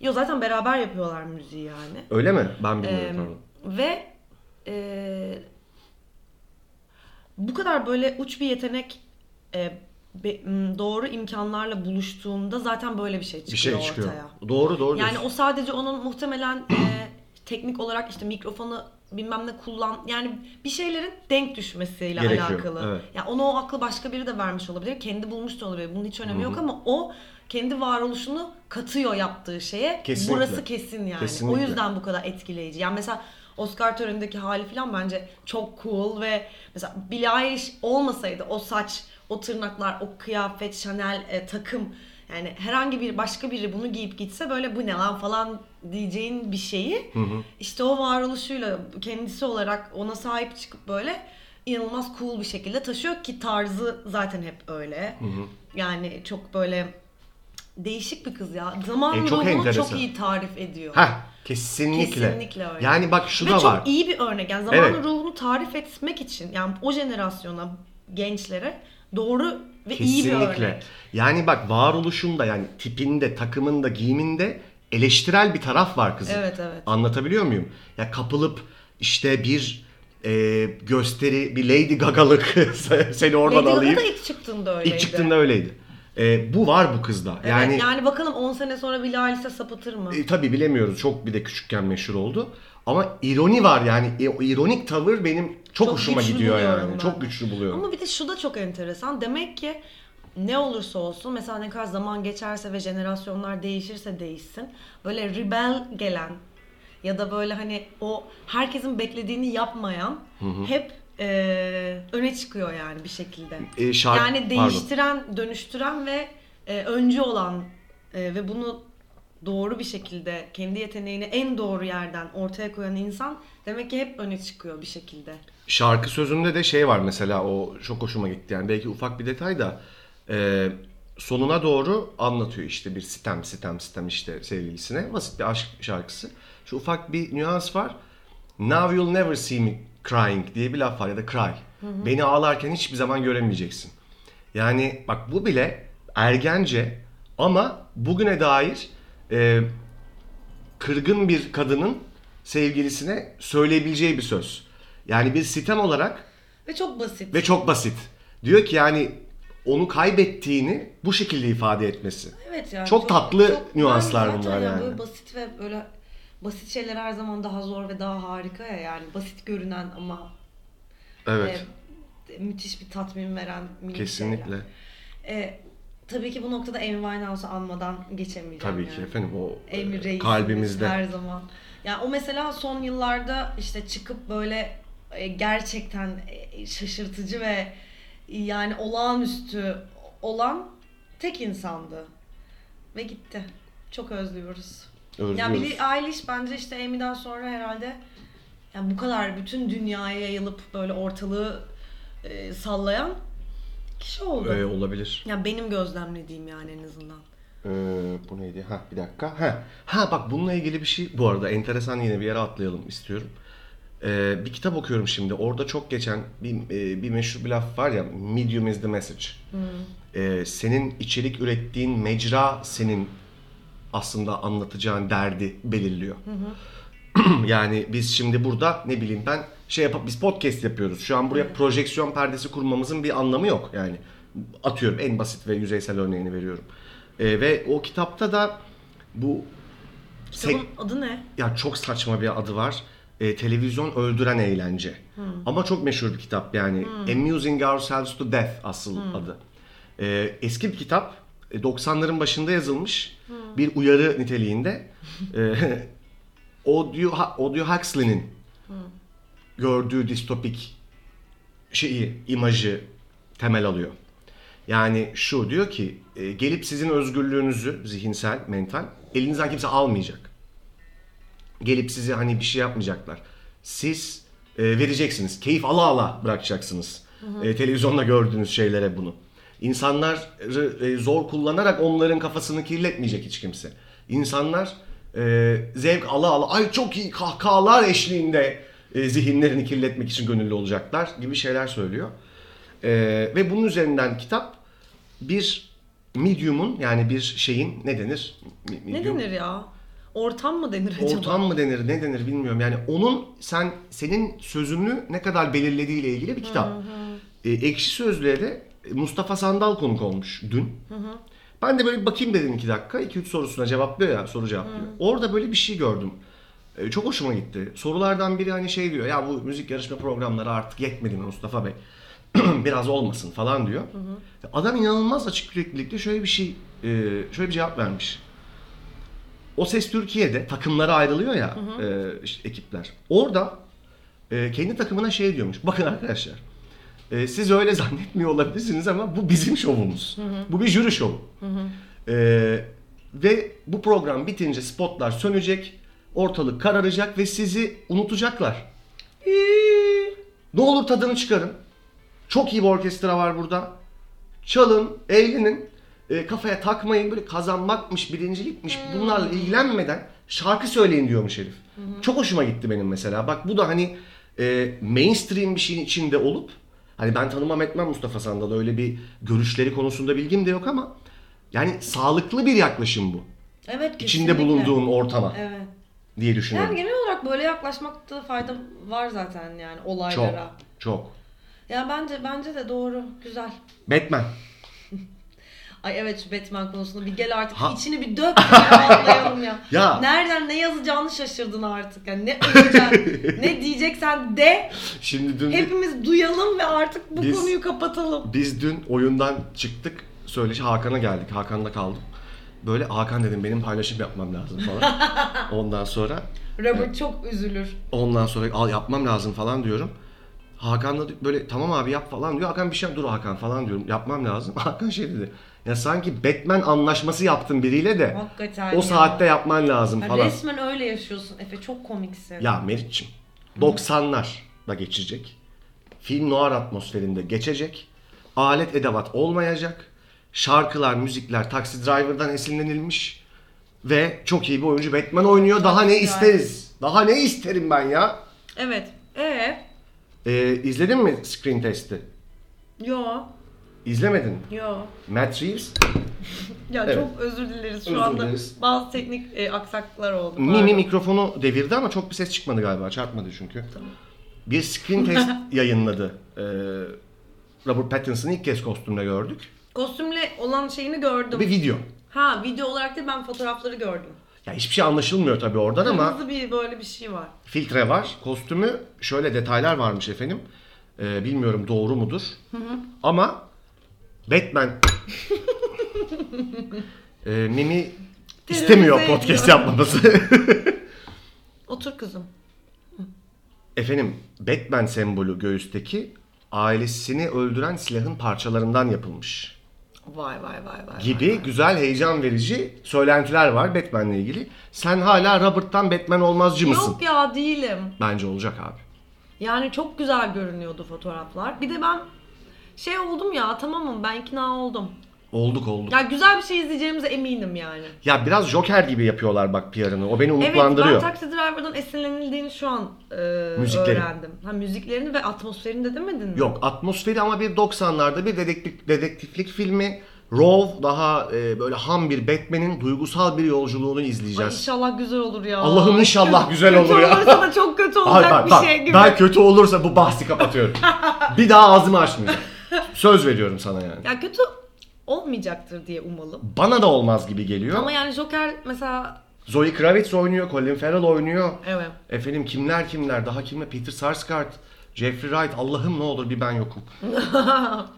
Speaker 2: Yo zaten beraber yapıyorlar müziği yani.
Speaker 1: Öyle mi? Ben
Speaker 2: Ee,
Speaker 1: bilmiyorum. pardon.
Speaker 2: ve e, bu kadar böyle uç bir yetenek e, be- m, doğru imkanlarla buluştuğunda zaten böyle bir şey çıkıyor
Speaker 1: Bir şey çıkıyor.
Speaker 2: ortaya.
Speaker 1: Doğru doğru
Speaker 2: Yani
Speaker 1: diyorsun.
Speaker 2: o sadece onun muhtemelen e, teknik olarak işte mikrofonu bilmem ne kullan yani bir şeylerin denk düşmesiyle
Speaker 1: Gerekiyor,
Speaker 2: alakalı.
Speaker 1: evet.
Speaker 2: Yani ona o aklı başka biri de vermiş olabilir. Kendi bulmuş da olabilir. Bunun hiç önemi yok ama o kendi varoluşunu katıyor yaptığı şeye.
Speaker 1: Kesinlikle.
Speaker 2: Burası kesin yani.
Speaker 1: Kesinlikle.
Speaker 2: O yüzden bu kadar etkileyici. Yani mesela Oscar törenindeki hali falan bence çok cool ve mesela Billie Eilish olmasaydı o saç, o tırnaklar, o kıyafet, Chanel e, takım yani herhangi bir başka biri bunu giyip gitse böyle bu ne lan falan diyeceğin bir şeyi işte o varoluşuyla kendisi olarak ona sahip çıkıp böyle inanılmaz cool bir şekilde taşıyor ki tarzı zaten hep öyle. Yani çok böyle değişik bir kız ya. Zaman
Speaker 1: E, çok
Speaker 2: ruhunu çok
Speaker 1: enteresan.
Speaker 2: iyi tarif ediyor.
Speaker 1: Heh, kesinlikle.
Speaker 2: Kesinlikle öyle.
Speaker 1: Yani bak şu
Speaker 2: Ve
Speaker 1: da
Speaker 2: çok
Speaker 1: var.
Speaker 2: iyi bir örnek. Yani zamanın
Speaker 1: Evet.
Speaker 2: ruhunu tarif etmek için yani o jenerasyona, gençlere doğru ve iyi bir
Speaker 1: Kesinlikle.
Speaker 2: örnek.
Speaker 1: Yani bak varoluşunda yani tipinde, takımında, giyiminde eleştirel bir taraf var kızın.
Speaker 2: Evet, evet.
Speaker 1: Anlatabiliyor muyum? Ya kapılıp işte bir e, gösteri, bir Lady Gaga'lık seni oradan
Speaker 2: Lady
Speaker 1: alayım.
Speaker 2: Gaga da ilk çıktığında öyleydi.
Speaker 1: İlk çıktığında öyleydi. E, bu var bu kızda.
Speaker 2: Evet,
Speaker 1: yani
Speaker 2: yani, bakalım 10 sene sonra Billie Eilish'e sapıtır mı?
Speaker 1: e, tabii bilemiyoruz. Çok bir de küçükken meşhur oldu. Ama ironi var yani. E, o ironik tavır benim çok,
Speaker 2: Çok
Speaker 1: hoşuma
Speaker 2: güçlü
Speaker 1: gidiyor
Speaker 2: buluyorum
Speaker 1: yani.
Speaker 2: ben.
Speaker 1: Çok güçlü buluyorum.
Speaker 2: Ama bir de şu da çok enteresan. Demek ki ne olursa olsun mesela ne kadar zaman geçerse ve jenerasyonlar değişirse değişsin. Böyle rebel gelen ya da böyle hani o herkesin beklediğini yapmayan hep e, öne çıkıyor yani bir şekilde.
Speaker 1: E, şark-
Speaker 2: yani
Speaker 1: pardon.
Speaker 2: değiştiren, dönüştüren ve e, öncü olan e, ve bunu doğru bir şekilde kendi yeteneğini en doğru yerden ortaya koyan insan demek ki hep öne çıkıyor bir şekilde.
Speaker 1: Şarkı sözünde de şey var mesela o çok hoşuma gitti yani belki ufak bir detay da e, sonuna doğru anlatıyor işte bir sitem sitem sitem işte sevgilisine basit bir aşk şarkısı. Şu ufak bir nüans var. Now you'll never see me crying diye bir laf var ya da cry. Beni ağlarken hiçbir zaman göremeyeceksin. Yani bak bu bile ergence ama bugüne dair e, kırgın bir kadının sevgilisine söyleyebileceği bir söz. Yani bir sitem olarak
Speaker 2: Ve çok basit.
Speaker 1: ve çok basit. Diyor ki yani onu kaybettiğini bu şekilde ifade etmesi.
Speaker 2: Evet yani
Speaker 1: Çok tatlı nüanslar
Speaker 2: Zaten
Speaker 1: bunlar yani.
Speaker 2: Böyle basit ve böyle basit şeyler her zaman daha zor ve daha harika ya yani basit görünen ama
Speaker 1: Evet.
Speaker 2: e, müthiş bir tatmin veren minik
Speaker 1: kesinlikle.
Speaker 2: şeyler. E, tabii ki bu noktada Amy Winehouse'u anmadan geçemeyeceğim.
Speaker 1: Tabii
Speaker 2: yani.
Speaker 1: ki efendim o e,
Speaker 2: Amy Reis'imiz
Speaker 1: kalbimizde.
Speaker 2: her zaman. Ya o mesela son yıllarda işte çıkıp böyle e, gerçekten e, şaşırtıcı ve e, yani olağanüstü olan tek insandı. Ve gitti. Çok özlüyoruz. Ya
Speaker 1: Özlüyoruz.
Speaker 2: Billie Eilish bence işte Amy'den sonra herhalde yani bu kadar bütün dünyaya yayılıp böyle ortalığı e, sallayan kişi oldu.
Speaker 1: Ee, olabilir.
Speaker 2: Ya benim gözlemlediğim yani en azından.
Speaker 1: Ee, bu neydi? Ha bir dakika. Ha. ha bak bununla ilgili bir şey bu arada enteresan yine bir yere atlayalım istiyorum. Ee, bir kitap okuyorum şimdi. Orada çok geçen bir, e, bir meşhur bir laf var ya medium is the message. Ee, senin içerik ürettiğin mecra senin aslında anlatacağın derdi belirliyor. yani biz şimdi burada ne bileyim ben şey yapıp biz podcast yapıyoruz. Şu an buraya projeksiyon perdesi kurmamızın bir anlamı yok yani. Atıyorum en basit ve yüzeysel örneğini veriyorum. Ee, ve o kitapta da bu sek-
Speaker 2: Kitabın adı ne?
Speaker 1: ya çok saçma bir adı var. Ee, televizyon öldüren eğlence. Ama çok meşhur bir kitap yani. Amusing Ourselves to Death asıl adı. Ee, eski bir kitap. e, 90'ların başında yazılmış. Bir uyarı niteliğinde. Ee, Audio, Audio Huxley'nin gördüğü distopik şeyi, imajı temel alıyor. Yani şu diyor ki e, gelip sizin özgürlüğünüzü zihinsel, mental elinizden kimse almayacak gelip sizi hani bir şey yapmayacaklar. Siz e, vereceksiniz. Keyif ala ala bırakacaksınız. E, televizyonda gördüğünüz şeylere bunu. İnsanları e, zor kullanarak onların kafasını kirletmeyecek hiç kimse. İnsanlar e, zevk ala ala ay çok iyi kahkahalar eşliğinde e, zihinlerini kirletmek için gönüllü olacaklar gibi şeyler söylüyor. E, ve bunun üzerinden kitap bir medium'un yani bir şeyin ne denir? Mi-
Speaker 2: Ne
Speaker 1: medium-
Speaker 2: denir ya? Ortam mı denir acaba?
Speaker 1: Ortam mı denir ne denir bilmiyorum. Yani onun sen senin sözünü ne kadar belirlediğiyle ilgili bir kitap. Ee, ekşi Sözlüğe de Mustafa Sandal konuk olmuş dün. Ben de böyle bir bakayım dedim iki dakika. 2-3 sorusuna cevaplıyor ya soru cevaplıyor. Orada böyle bir şey gördüm. Ee, çok hoşuma gitti. Sorulardan biri hani şey diyor ya bu müzik yarışma programları artık yetmedi mi Mustafa Bey? Biraz olmasın falan diyor. Adam inanılmaz açık yüreklilikle şöyle bir şey e, şöyle bir cevap vermiş. O Ses Türkiye'de takımlara ayrılıyor ya e, işte ekipler. Orada e, kendi takımına şey diyormuş. Bakın arkadaşlar e, siz öyle zannetmiyor olabilirsiniz ama bu bizim şovumuz. Bu bir jüri şovu. E, ve bu program bitince spotlar sönecek, ortalık kararacak ve sizi unutacaklar. Ne olur tadını çıkarın. Çok iyi bir orkestra var burada. Çalın, eğlenin. E, kafaya takmayın böyle kazanmakmış, birincilikmiş
Speaker 2: Hmm.
Speaker 1: bunlarla ilgilenmeden şarkı söyleyin diyormuş herif. Çok hoşuma gitti benim mesela. Bak bu da hani e, mainstream bir şeyin içinde olup hani ben tanımam etmem Mustafa Sandal'ı öyle bir görüşleri konusunda bilgim de yok ama yani sağlıklı bir yaklaşım bu.
Speaker 2: Evet
Speaker 1: İçinde
Speaker 2: kesinlikle.
Speaker 1: bulunduğun ortama
Speaker 2: Evet.
Speaker 1: diye düşünüyorum.
Speaker 2: Yani genel olarak böyle yaklaşmakta fayda var zaten yani
Speaker 1: çok,
Speaker 2: olaylara.
Speaker 1: çok.
Speaker 2: Ya bence bence de doğru. Güzel.
Speaker 1: Batman.
Speaker 2: Ay evet şu Batman konusunda bir gel artık
Speaker 1: Ha.
Speaker 2: içini bir dök ya, anlayalım ya.
Speaker 1: Ya.
Speaker 2: Nereden ne yazacağını şaşırdın artık. Yani ne öleceksin, ne diyeceksen de
Speaker 1: Şimdi dün
Speaker 2: hepimiz duyalım ve artık bu
Speaker 1: Biz-
Speaker 2: konuyu kapatalım.
Speaker 1: Biz dün oyundan çıktık. Söyleşi Hakan'a geldik. Hakan'da kaldım. Böyle Hakan dedim benim paylaşım yapmam lazım falan. ondan sonra
Speaker 2: Robert çok üzülür.
Speaker 1: ondan sonra al yapmam lazım falan diyorum. Hakan'la di- böyle tamam abi yap falan diyor. Hakan bir şey dur Hakan falan diyorum. Yapmam lazım. Hakan şey dedi. Ya sanki Batman anlaşması yaptın biriyle de
Speaker 2: Hakikaten
Speaker 1: o
Speaker 2: ya.
Speaker 1: saatte yapman lazım
Speaker 2: Ya
Speaker 1: falan.
Speaker 2: Resmen öyle yaşıyorsun Efe çok komiksin.
Speaker 1: Ya Meriç'im 90'lar da geçecek. Film noir atmosferinde geçecek. Alet edevat olmayacak. Şarkılar, müzikler Taxi Driver'dan esinlenilmiş. Ve çok iyi bir oyuncu Batman oynuyor. Daha ne
Speaker 2: Driver.
Speaker 1: isteriz? Daha ne isterim ben ya?
Speaker 2: Evet. Ee,
Speaker 1: Ee, izledin mi Screen Test'i?
Speaker 2: yo,
Speaker 1: İzlemedin mi?
Speaker 2: yo.
Speaker 1: Matt Reeves
Speaker 2: Ya
Speaker 1: Evet.
Speaker 2: çok özür dileriz şu
Speaker 1: Özür
Speaker 2: anda.
Speaker 1: dileriz.
Speaker 2: Bazı teknik e, aksaklıklar oldu.
Speaker 1: Mimi
Speaker 2: Pardon.
Speaker 1: mikrofonu devirdi ama çok bir ses çıkmadı galiba. Çarpmadı çünkü. Bir Screen Test yayınladı. Ee, Robert Pattinson'ı ilk kez kostümle gördük.
Speaker 2: Kostümle olan şeyini gördüm.
Speaker 1: Bir video.
Speaker 2: Ha video olarak da ben fotoğrafları gördüm.
Speaker 1: Ya hiçbir şey anlaşılmıyor tabii oradan ama
Speaker 2: Kırmızı bir böyle bir şey var.
Speaker 1: filtre var. Kostümü şöyle detaylar varmış efendim. Ee, bilmiyorum doğru mudur. Ama Batman Ee, Mimi istemiyor
Speaker 2: Terörize
Speaker 1: podcast
Speaker 2: ediyor.
Speaker 1: yapmamızı.
Speaker 2: Otur kızım.
Speaker 1: efendim Batman sembolü göğüsteki ailesini öldüren silahın parçalarından yapılmış.
Speaker 2: Vay vay vay vay.
Speaker 1: gibi güzel heyecan verici söylentiler var Batman'le ilgili. Sen hala Robert'tan Batman olmazcı
Speaker 2: Yok
Speaker 1: mısın?
Speaker 2: ya değilim.
Speaker 1: Bence olacak abi.
Speaker 2: Yani çok güzel görünüyordu fotoğraflar. Bir de ben şey oldum ya tamamım ben ikna oldum.
Speaker 1: Olduk olduk.
Speaker 2: Ya güzel bir şey izleyeceğimize eminim yani.
Speaker 1: Ya biraz Joker gibi yapıyorlar bak PR'ını. O beni
Speaker 2: Evet ben
Speaker 1: umutlandırıyor.
Speaker 2: Taxi Driver'dan esinlenildiğini şu an e,
Speaker 1: Müzikleri.
Speaker 2: öğrendim. Ha müziklerini ve atmosferini de demedin mi?
Speaker 1: Yok atmosferi ama bir 90'larda bir dedektif, dedektiflik filmi. Rove daha e, böyle ham bir Batman'in duygusal bir yolculuğunu
Speaker 2: Ay
Speaker 1: izleyeceğiz.
Speaker 2: inşallah güzel olur ya.
Speaker 1: Allah'ım inşallah güzel olur ya.
Speaker 2: Kötü olursa da çok kötü olacak
Speaker 1: Ay, bak,
Speaker 2: bir
Speaker 1: bak,
Speaker 2: şey gibi.
Speaker 1: daha kötü olursa bu bahsi kapatıyorum. bir daha ağzımı açmayacağım. Söz veriyorum sana yani.
Speaker 2: Ya kötü olmayacaktır diye umalım.
Speaker 1: Bana da olmaz gibi geliyor.
Speaker 2: Ama yani Joker mesela
Speaker 1: Zoe Kravitz oynuyor, Colin Farrell oynuyor.
Speaker 2: evet.
Speaker 1: Efendim kimler kimler, daha kimler? Peter Sarsgaard, Jeffrey Wright, Allah'ım ne olur bir ben yokum.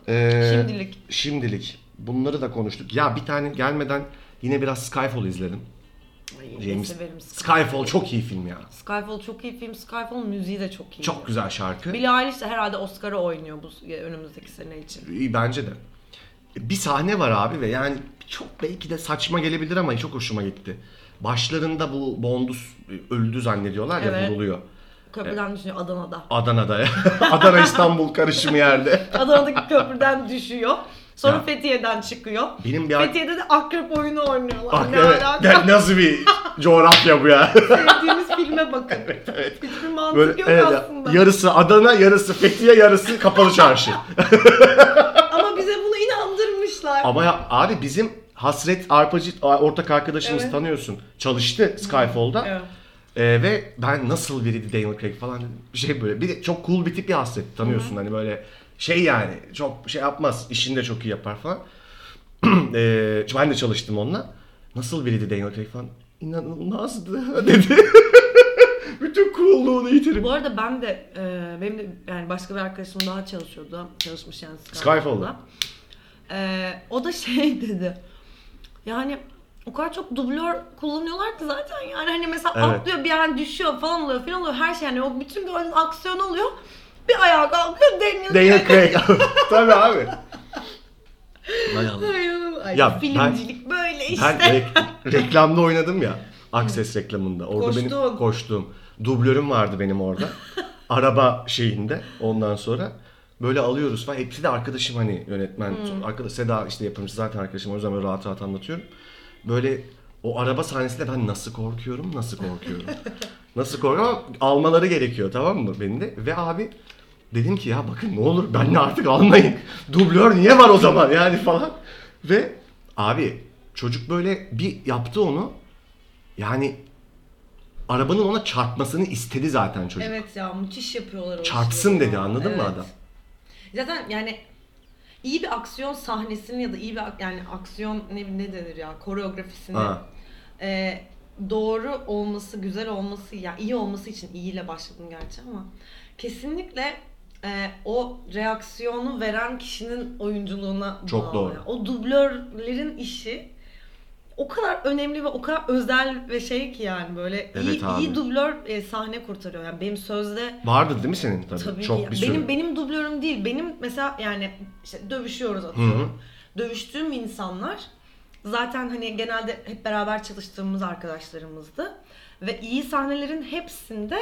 Speaker 1: Ee,
Speaker 2: Şimdilik.
Speaker 1: Şimdilik. Bunları da konuştuk. Ya bir tane gelmeden yine biraz Skyfall izledim.
Speaker 2: Ay,
Speaker 1: James.
Speaker 2: severim.
Speaker 1: Skyfall çok iyi film ya.
Speaker 2: Skyfall çok iyi film. Skyfall müziği de çok iyi.
Speaker 1: Çok güzel şarkı.
Speaker 2: Billie Eilish de herhalde Oscar'ı oynuyor bu önümüzdeki sene için.
Speaker 1: İyi bence de. Bir sahne var abi ve yani çok belki de saçma gelebilir ama çok hoşuma gitti. Başlarında bu Bondus öldü zannediyorlar ya
Speaker 2: Evet.
Speaker 1: vuruluyor.
Speaker 2: Köprüden düşünüyor Adana'da.
Speaker 1: Adana'da. Adana İstanbul karışımı yerde.
Speaker 2: Adana'daki köprüden düşüyor. Sonra
Speaker 1: Ya.
Speaker 2: Fethiye'den çıkıyor.
Speaker 1: Benim bir ar-
Speaker 2: Fethiye'de de akrep oyunu oynuyorlar.
Speaker 1: Bak,
Speaker 2: ne
Speaker 1: Ah, evet.
Speaker 2: alaka?
Speaker 1: Ya nasıl bir coğrafya bu ya?
Speaker 2: Sevdiğimiz filme bakın. Hiçbir mantık
Speaker 1: Böyle,
Speaker 2: yok
Speaker 1: evet,
Speaker 2: aslında.
Speaker 1: yarısı Adana, yarısı Fethiye, yarısı Kapalı Çarşı.
Speaker 2: Ama bize bunu inandırmışlar.
Speaker 1: Ama ya, abi bizim Hasret Arpacı ortak arkadaşımız
Speaker 2: Evet.
Speaker 1: tanıyorsun. Çalıştı Skyfall'da.
Speaker 2: Evet.
Speaker 1: Ee, ve ben nasıl biriydi Daniel Craig falan dedim. Şey böyle bir de çok cool bir tip ya Hasret tanıyorsun hani böyle şey yani çok şey yapmaz işini de çok iyi yapar falan. ee, ben de çalıştım onunla. Nasıl biriydi Daniel Craig falan. İnanılmazdı dedi. Bütün coolluğunu yitirip.
Speaker 2: Bu arada ben de e, benim de yani başka bir arkadaşım daha çalışıyordu. Çalışmış yani Skyfall'da.
Speaker 1: Skyfall'da.
Speaker 2: E, o da şey dedi. Yani o kadar çok dublör kullanıyorlar ki zaten yani hani mesela
Speaker 1: Evet.
Speaker 2: atlıyor bir an düşüyor falan oluyor filan oluyor her şey yani o bütün gördüğün aksiyon oluyor. Bir ayağa kalkıyor Daniel.
Speaker 1: Daniel Craig. Tabii abi. Vay Allah.
Speaker 2: Ay,
Speaker 1: Ya ben-
Speaker 2: filmcilik böyle işte.
Speaker 1: Ben rek- reklamda oynadım ya. Akses reklamında. Orada benim
Speaker 2: Koştun.
Speaker 1: koştuğum dublörüm vardı benim orada. Araba şeyinde ondan sonra böyle alıyoruz falan. Hepsi de arkadaşım hani yönetmen. Arkadaş Seda işte yapımcı zaten arkadaşım. O yüzden böyle rahat rahat anlatıyorum. Böyle o araba sahnesinde ben nasıl korkuyorum, nasıl korkuyorum. nasıl korkuyorum ama almaları gerekiyor tamam mı beni de. Ve abi dedim ki ya bakın ne olur benle artık almayın. Dublör niye var o zaman yani falan. Ve abi çocuk böyle bir yaptı onu. Yani arabanın ona çarpmasını istedi zaten çocuk.
Speaker 2: Evet ya müthiş yapıyorlar o
Speaker 1: Çarpsın
Speaker 2: işleri
Speaker 1: dedi
Speaker 2: ya.
Speaker 1: anladın mı
Speaker 2: Evet.
Speaker 1: adam?
Speaker 2: Zaten yani iyi bir aksiyon sahnesini ya da iyi bir ak- yani aksiyon ne, ne denir ya koreografisini
Speaker 1: Ha.
Speaker 2: e, doğru olması, güzel olması ya iyi olması için iyiyle başladım gerçi ama kesinlikle e, o reaksiyonu veren kişinin oyunculuğuna
Speaker 1: Çok
Speaker 2: bağlı.
Speaker 1: doğru.
Speaker 2: O dublörlerin işi o kadar önemli ve o kadar özel ve şey ki yani böyle iyi,
Speaker 1: abi.
Speaker 2: iyi dublör e, sahne kurtarıyor. Yani benim sözde
Speaker 1: Vardır değil mi senin tabii?
Speaker 2: tabii
Speaker 1: Çok
Speaker 2: ki-
Speaker 1: bir sürü.
Speaker 2: benim benim dublörüm değil. Benim mesela yani işte dövüşüyoruz atıyorum. Dövüştüğüm insanlar zaten hani genelde hep beraber çalıştığımız arkadaşlarımızdı ve iyi sahnelerin hepsinde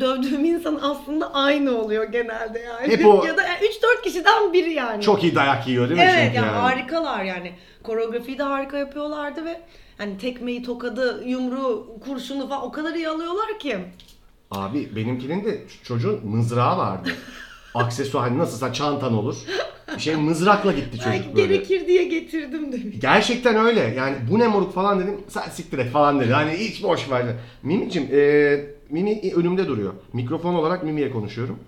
Speaker 2: dövdüğüm insan aslında aynı oluyor genelde yani.
Speaker 1: Hep o-
Speaker 2: ya da 3-4 kişiden biri yani.
Speaker 1: Çok iyi dayak yiyor değil mi?
Speaker 2: Evet
Speaker 1: Çünkü
Speaker 2: yani harikalar yani. Koreografiyi de harika yapıyorlardı ve hani tekmeyi, tokadı, yumruğu, kurşunu falan o kadar iyi alıyorlar ki.
Speaker 1: Abi benimkinin de ç- çocuğun mızrağı vardı. Aksesuar hani nasılsa çantan olur. Bir Şey mızrakla gitti
Speaker 2: Belki
Speaker 1: çocuk böyle.
Speaker 2: gerekir diye getirdim demiş.
Speaker 1: Gerçekten öyle. Yani bu ne moruk falan dedim. Sen siktir et falan dedi. Hani hiç boş ver. Mimicim, e, Mimi önümde duruyor. Mikrofon olarak Mimi'ye konuşuyorum.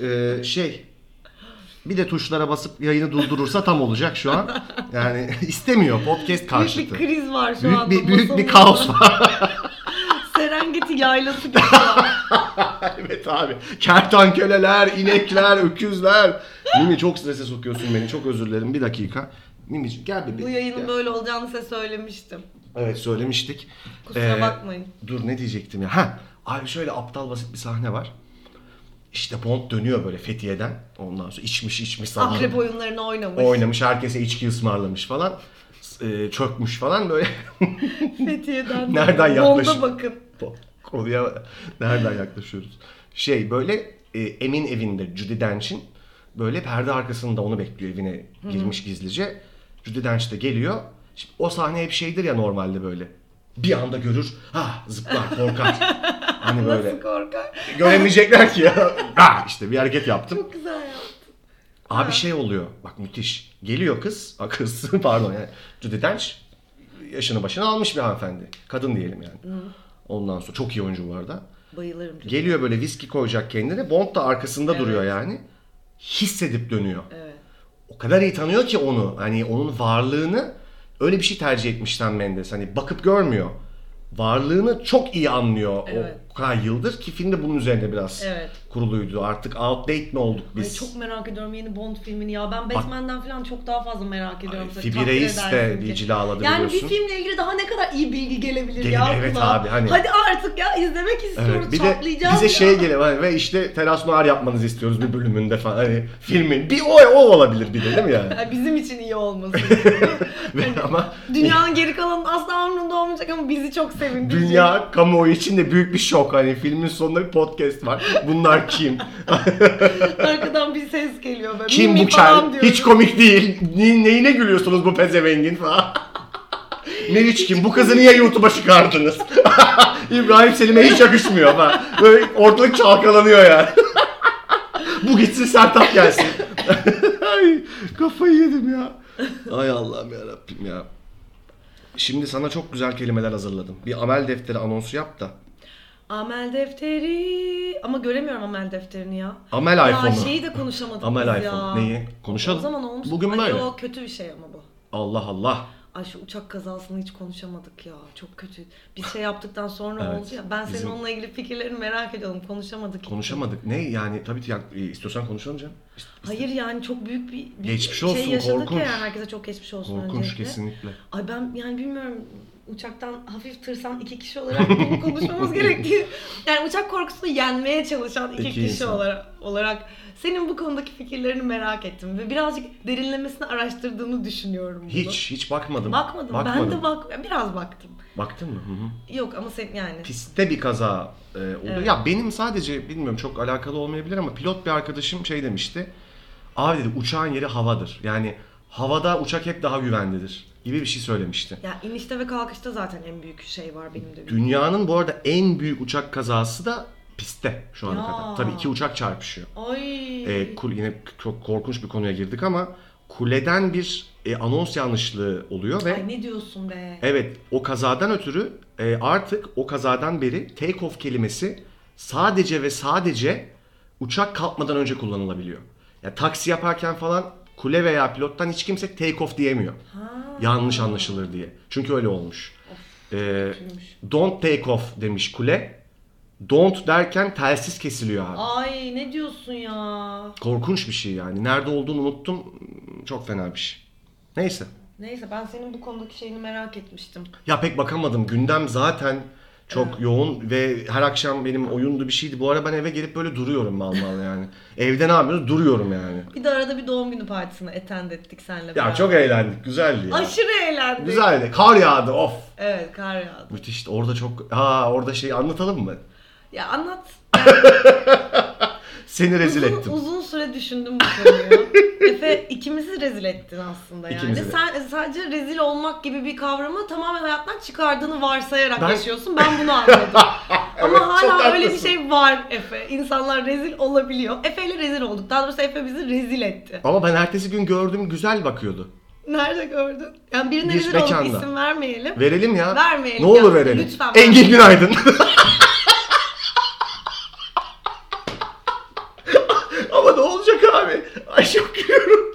Speaker 1: E, şey, bir de tuşlara basıp yayını durdurursa tam olacak şu an. Yani istemiyor podcast
Speaker 2: Büyük
Speaker 1: karşıtı.
Speaker 2: bir kriz var şu
Speaker 1: Büyük
Speaker 2: anda.
Speaker 1: bir, büyük bir
Speaker 2: masanın
Speaker 1: kaos var.
Speaker 2: Serengeti yaylası gibi. şu an.
Speaker 1: evet abi. Kertankeleler, inekler, öküzler. Mimi çok strese sokuyorsun beni. Çok özür dilerim. Bir dakika. Mimi'ciğim gel bebeğim.
Speaker 2: Bu
Speaker 1: Gel.
Speaker 2: yayının böyle olacağını size söylemiştim.
Speaker 1: Evet söylemiştik. Ee,
Speaker 2: Kusura bakmayın.
Speaker 1: Dur ne diyecektim ya. Ha, abi şöyle aptal basit bir sahne var. İşte Bond dönüyor böyle Fethiye'den. Ondan sonra içmiş içmiş sabah.
Speaker 2: Akrep oyunlarını oynamış.
Speaker 1: Oynamış herkese içki ısmarlamış falan. S- e, çökmüş falan böyle.
Speaker 2: Fethiye'den.
Speaker 1: Nereden yaklaşık?
Speaker 2: Bonda bakın.
Speaker 1: Konuya nereden yaklaşıyoruz? Şey böyle e, Emin evinde Judy Dench'in böyle perde arkasında onu bekliyor evine girmiş gizlice. Judy Dench de geliyor. Şimdi o sahne hep şeydir ya normalde böyle. Bir anda görür, ha zıplar, korkar. hani böyle.
Speaker 2: Nasıl korkar?
Speaker 1: Göremeyecekler ki ya. Ha, işte bir hareket yaptım.
Speaker 2: Çok güzel yaptı.
Speaker 1: Abi şey oluyor. Bak müthiş. Geliyor kız. A, kız pardon yani. Judy Dench yaşını başına almış bir hanımefendi. Kadın diyelim yani. Ondan sonra çok iyi oyuncu bu arada.
Speaker 2: Bayılırım. çok.
Speaker 1: Geliyor böyle viski koyacak kendine. Bond da arkasında duruyor yani. Hissedip dönüyor.
Speaker 2: Evet.
Speaker 1: O kadar iyi tanıyor ki onu. Hani onun varlığını öyle bir şey tercih etmiş Sam Mendes. Hani bakıp görmüyor. Varlığını çok iyi anlıyor
Speaker 2: Evet.
Speaker 1: o kadar yıldır ki film de bunun üzerine biraz
Speaker 2: Evet.
Speaker 1: kuruluydu. Artık outdate mi olduk
Speaker 2: Ay,
Speaker 1: biz?
Speaker 2: çok merak ediyorum yeni Bond filmini ya. Ben Batman'den falan çok daha fazla merak ediyorum. Siz
Speaker 1: Phoebe
Speaker 2: takdir
Speaker 1: Reis de
Speaker 2: edersiniz ki.
Speaker 1: bir cilaladı
Speaker 2: Yani
Speaker 1: biliyorsun.
Speaker 2: bir filmle ilgili daha ne kadar iyi bilgi gelebilir
Speaker 1: Gelir,
Speaker 2: ya
Speaker 1: evet
Speaker 2: kulağa?
Speaker 1: abi, hani-
Speaker 2: Hadi artık ya izlemek istiyoruz.
Speaker 1: Evet, bir de
Speaker 2: çatlayacağız
Speaker 1: bize
Speaker 2: ya.
Speaker 1: şey geliyor hani ve işte teras noir yapmanızı istiyoruz bir bölümünde falan hani filmin bir o, o olabilir bir de değil mi yani?
Speaker 2: Ha, Bizim için iyi olması. Hani
Speaker 1: Ve ama
Speaker 2: Dünyanın geri kalanının asla umrunda olmayacak ama bizi çok sevindirecek.
Speaker 1: dünya kamuoyu için de büyük bir şok hani filmin sonunda bir podcast var. Bunlar kim?
Speaker 2: Arkadan bir ses geliyor böyle.
Speaker 1: kim
Speaker 2: "Mimi"
Speaker 1: bu
Speaker 2: falan
Speaker 1: kel?
Speaker 2: diyoruz.
Speaker 1: Hiç komik değil. Ne- neyine gülüyorsunuz bu pezevengin falan? ne hiç kim? Bu kızı niye YouTube'a çıkardınız? İbrahim Selim'e hiç yakışmıyor ama. Böyle ortalık çalkalanıyor yani. bu gitsin Sertap gelsin. Ay, kafayı yedim ya. Ay Allah'ım ya Rabbim ya. Şimdi sana çok güzel kelimeler hazırladım. Bir amel defteri anonsu yap da.
Speaker 2: Amel defteri. Ama göremiyorum amel defterini ya.
Speaker 1: Amel
Speaker 2: ya
Speaker 1: iPhone'u.
Speaker 2: şeyi de konuşamadık
Speaker 1: Amel
Speaker 2: biz ya.
Speaker 1: iPhone. Neyi? Konuşalım.
Speaker 2: O zaman olmuş.
Speaker 1: Bugün
Speaker 2: Ay,
Speaker 1: böyle.
Speaker 2: O kötü bir şey ama bu.
Speaker 1: Allah Allah.
Speaker 2: Ay şu uçak kazasını hiç konuşamadık ya. Çok kötü. Bir şey yaptıktan sonra
Speaker 1: Evet,
Speaker 2: oldu ya. Ben senin
Speaker 1: bizim-
Speaker 2: onunla ilgili fikirlerini merak ediyordum. Konuşamadık. hiç.
Speaker 1: Konuşamadık. Ne yani tabii ki yani, e, istiyorsan konuşalım canım. İst-
Speaker 2: Hayır yani çok büyük bir, bir
Speaker 1: Geçmiş
Speaker 2: şey
Speaker 1: olsun,
Speaker 2: yaşadık
Speaker 1: korkunç.
Speaker 2: ya yani. Herkese çok geçmiş olsun
Speaker 1: Korkunç
Speaker 2: öncelikle.
Speaker 1: kesinlikle.
Speaker 2: Ay ben yani bilmiyorum uçaktan hafif tırsan iki kişi olarak bunu konuşmamız gerektiği. Yani uçak korkusunu yenmeye çalışan iki,
Speaker 1: İki
Speaker 2: kişi
Speaker 1: insan.
Speaker 2: olarak olarak senin bu konudaki fikirlerini merak ettim ve birazcık derinlemesine araştırdığını düşünüyorum bunu.
Speaker 1: Hiç hiç bakmadım.
Speaker 2: Bakmadım.
Speaker 1: Bakmadım.
Speaker 2: Ben de bak ya biraz baktım.
Speaker 1: Baktın mı? Hı hı.
Speaker 2: Yok ama sen yani
Speaker 1: Pistte bir kaza e, oldu.
Speaker 2: Evet.
Speaker 1: Ya benim sadece bilmiyorum çok alakalı olmayabilir ama pilot bir arkadaşım şey demişti. Abi dedi uçağın yeri havadır. Yani havada uçak hep daha güvenlidir gibi bir şey söylemişti.
Speaker 2: ya inişte ve kalkışta zaten en büyük şey var benim de.
Speaker 1: Dünyanın bu arada en büyük uçak kazası da pistte şu ana
Speaker 2: Ya.
Speaker 1: kadar. Tabii iki uçak çarpışıyor.
Speaker 2: Ay.
Speaker 1: E, kul, yine çok korkunç bir konuya girdik ama kuleden bir e, anons yanlışlığı oluyor ve
Speaker 2: Ay ne diyorsun be?
Speaker 1: Evet, o kazadan ötürü e, artık o kazadan beri take off kelimesi sadece ve sadece uçak kalkmadan önce kullanılabiliyor. Ya taksi yaparken falan kule veya pilottan hiç kimse take off diyemiyor.
Speaker 2: Ha.
Speaker 1: Yanlış anlaşılır diye. Çünkü öyle olmuş. E,
Speaker 2: kötüymüş.
Speaker 1: don't take off demiş kule. Don't derken telsiz kesiliyor abi.
Speaker 2: Ay ne diyorsun ya?
Speaker 1: Korkunç bir şey yani. Nerede olduğunu unuttum. Çok fena bir şey. Neyse.
Speaker 2: Neyse ben senin bu konudaki şeyini merak etmiştim.
Speaker 1: Ya pek bakamadım. Gündem zaten çok yoğun ve her akşam benim oyundu bir şeydi. Bu ara ben eve gelip böyle duruyorum mal mal yani. Evde ne yapıyoruz? Duruyorum yani.
Speaker 2: Bir de arada bir doğum günü partisine attend ettik senle
Speaker 1: Ya çok eğlendik. Güzeldi ya.
Speaker 2: Aşırı eğlendik.
Speaker 1: Güzeldi. Kar yağdı of.
Speaker 2: Evet kar yağdı.
Speaker 1: Müthişti. Orada çok... Ha orada şey anlatalım mı?
Speaker 2: Ya anlat.
Speaker 1: Seni rezil
Speaker 2: uzun,
Speaker 1: ettim.
Speaker 2: uzun süre düşündüm bu konuyu. Efe ikimizi rezil ettin aslında yani.
Speaker 1: İkimizi de.
Speaker 2: Sen sadece rezil olmak gibi bir kavramı tamamen hayattan çıkardığını varsayarak
Speaker 1: Ben-
Speaker 2: yaşıyorsun. Ben bunu anladım.
Speaker 1: Evet,
Speaker 2: Ama
Speaker 1: çok
Speaker 2: hala öyle bir
Speaker 1: haklısın.
Speaker 2: şey var Efe. İnsanlar rezil olabiliyor. Efe ile rezil olduk. Daha doğrusu Efe bizi rezil etti.
Speaker 1: Ama ben ertesi gün gördüm güzel bakıyordu.
Speaker 2: Nerede gördün? Yani birine
Speaker 1: Bir
Speaker 2: rezil
Speaker 1: mekanda.
Speaker 2: olduk isim vermeyelim.
Speaker 1: Verelim ya.
Speaker 2: Vermeyelim
Speaker 1: Ne olur
Speaker 2: ya,
Speaker 1: verelim.
Speaker 2: lütfen
Speaker 1: Engin
Speaker 2: vermeyelim.
Speaker 1: Günaydın. Ama ne olacak abi? Ay çok gülüyorum.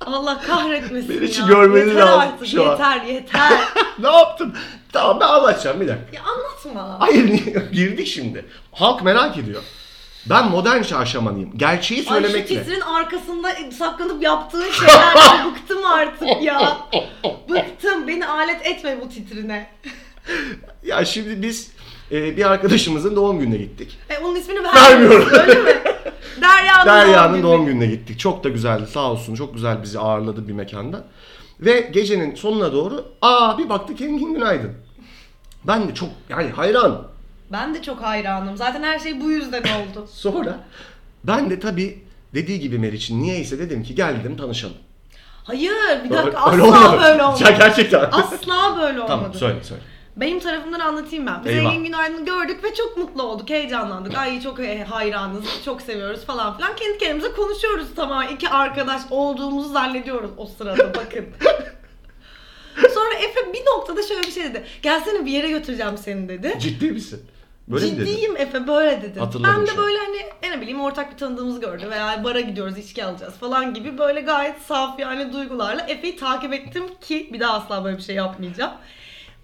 Speaker 2: Allah kahretmesin
Speaker 1: Beni hiç
Speaker 2: ya.
Speaker 1: görmeniz
Speaker 2: yeter
Speaker 1: lazım
Speaker 2: artık,
Speaker 1: şu an.
Speaker 2: yeter yeter.
Speaker 1: ne yaptım? Tamam ben anlatacağım bir dakika.
Speaker 2: ya anlatma.
Speaker 1: Hayır niye- girdik şimdi. Halk merak ediyor. Ben modern şaşamanıyım. Gerçeği
Speaker 2: Ay şu
Speaker 1: söylemekle.
Speaker 2: titrin arkasında saklanıp yaptığın şeylerden bıktım artık ya. Bıktım. Beni alet etme bu titrine.
Speaker 1: ya şimdi biz e, bir arkadaşımızın doğum gününe gittik.
Speaker 2: E, onun ismini
Speaker 1: Vermiyorum.
Speaker 2: vermiyorum. Öyle mi? Derya'nın,
Speaker 1: Derya'nın doğum
Speaker 2: günü.
Speaker 1: gününe gittik. Çok da güzeldi sağ olsun. Çok güzel bizi ağırladı bir mekanda. Ve gecenin sonuna doğru aa bir baktık Engin Günaydın. Ben de çok yani hayran.
Speaker 2: Ben de çok hayranım. Zaten her şey bu yüzden oldu.
Speaker 1: Sonra ben de tabii dediği gibi Meriç'in niyeyse dedim ki gel dedim tanışalım.
Speaker 2: Hayır bir dakika
Speaker 1: Öyle
Speaker 2: asla
Speaker 1: olmadı.
Speaker 2: böyle olmadı.
Speaker 1: Ya gerçekten.
Speaker 2: Asla böyle olmadı.
Speaker 1: Tamam söyle söyle.
Speaker 2: Benim tarafımdan anlatayım ben. Biz
Speaker 1: Eyvah.
Speaker 2: Engin Günaydın'ı gördük ve çok mutlu olduk, heyecanlandık. Ay çok e, hayranız, çok seviyoruz falan filan. Kendi kendimize konuşuyoruz tamam. iki arkadaş olduğumuzu zannediyoruz o sırada bakın. Sonra Efe bir noktada şöyle bir şey dedi. Gelsene bir yere götüreceğim seni dedi.
Speaker 1: Ciddi misin? Böyle mi dedin?
Speaker 2: Ciddiyim Efe böyle dedi.
Speaker 1: Hatırladım
Speaker 2: ben
Speaker 1: şu
Speaker 2: de
Speaker 1: an.
Speaker 2: böyle hani e, ne bileyim ortak bir tanıdığımız gördü veya bara gidiyoruz içki alacağız falan gibi böyle gayet saf yani duygularla Efe'yi takip ettim ki bir daha asla böyle bir şey yapmayacağım.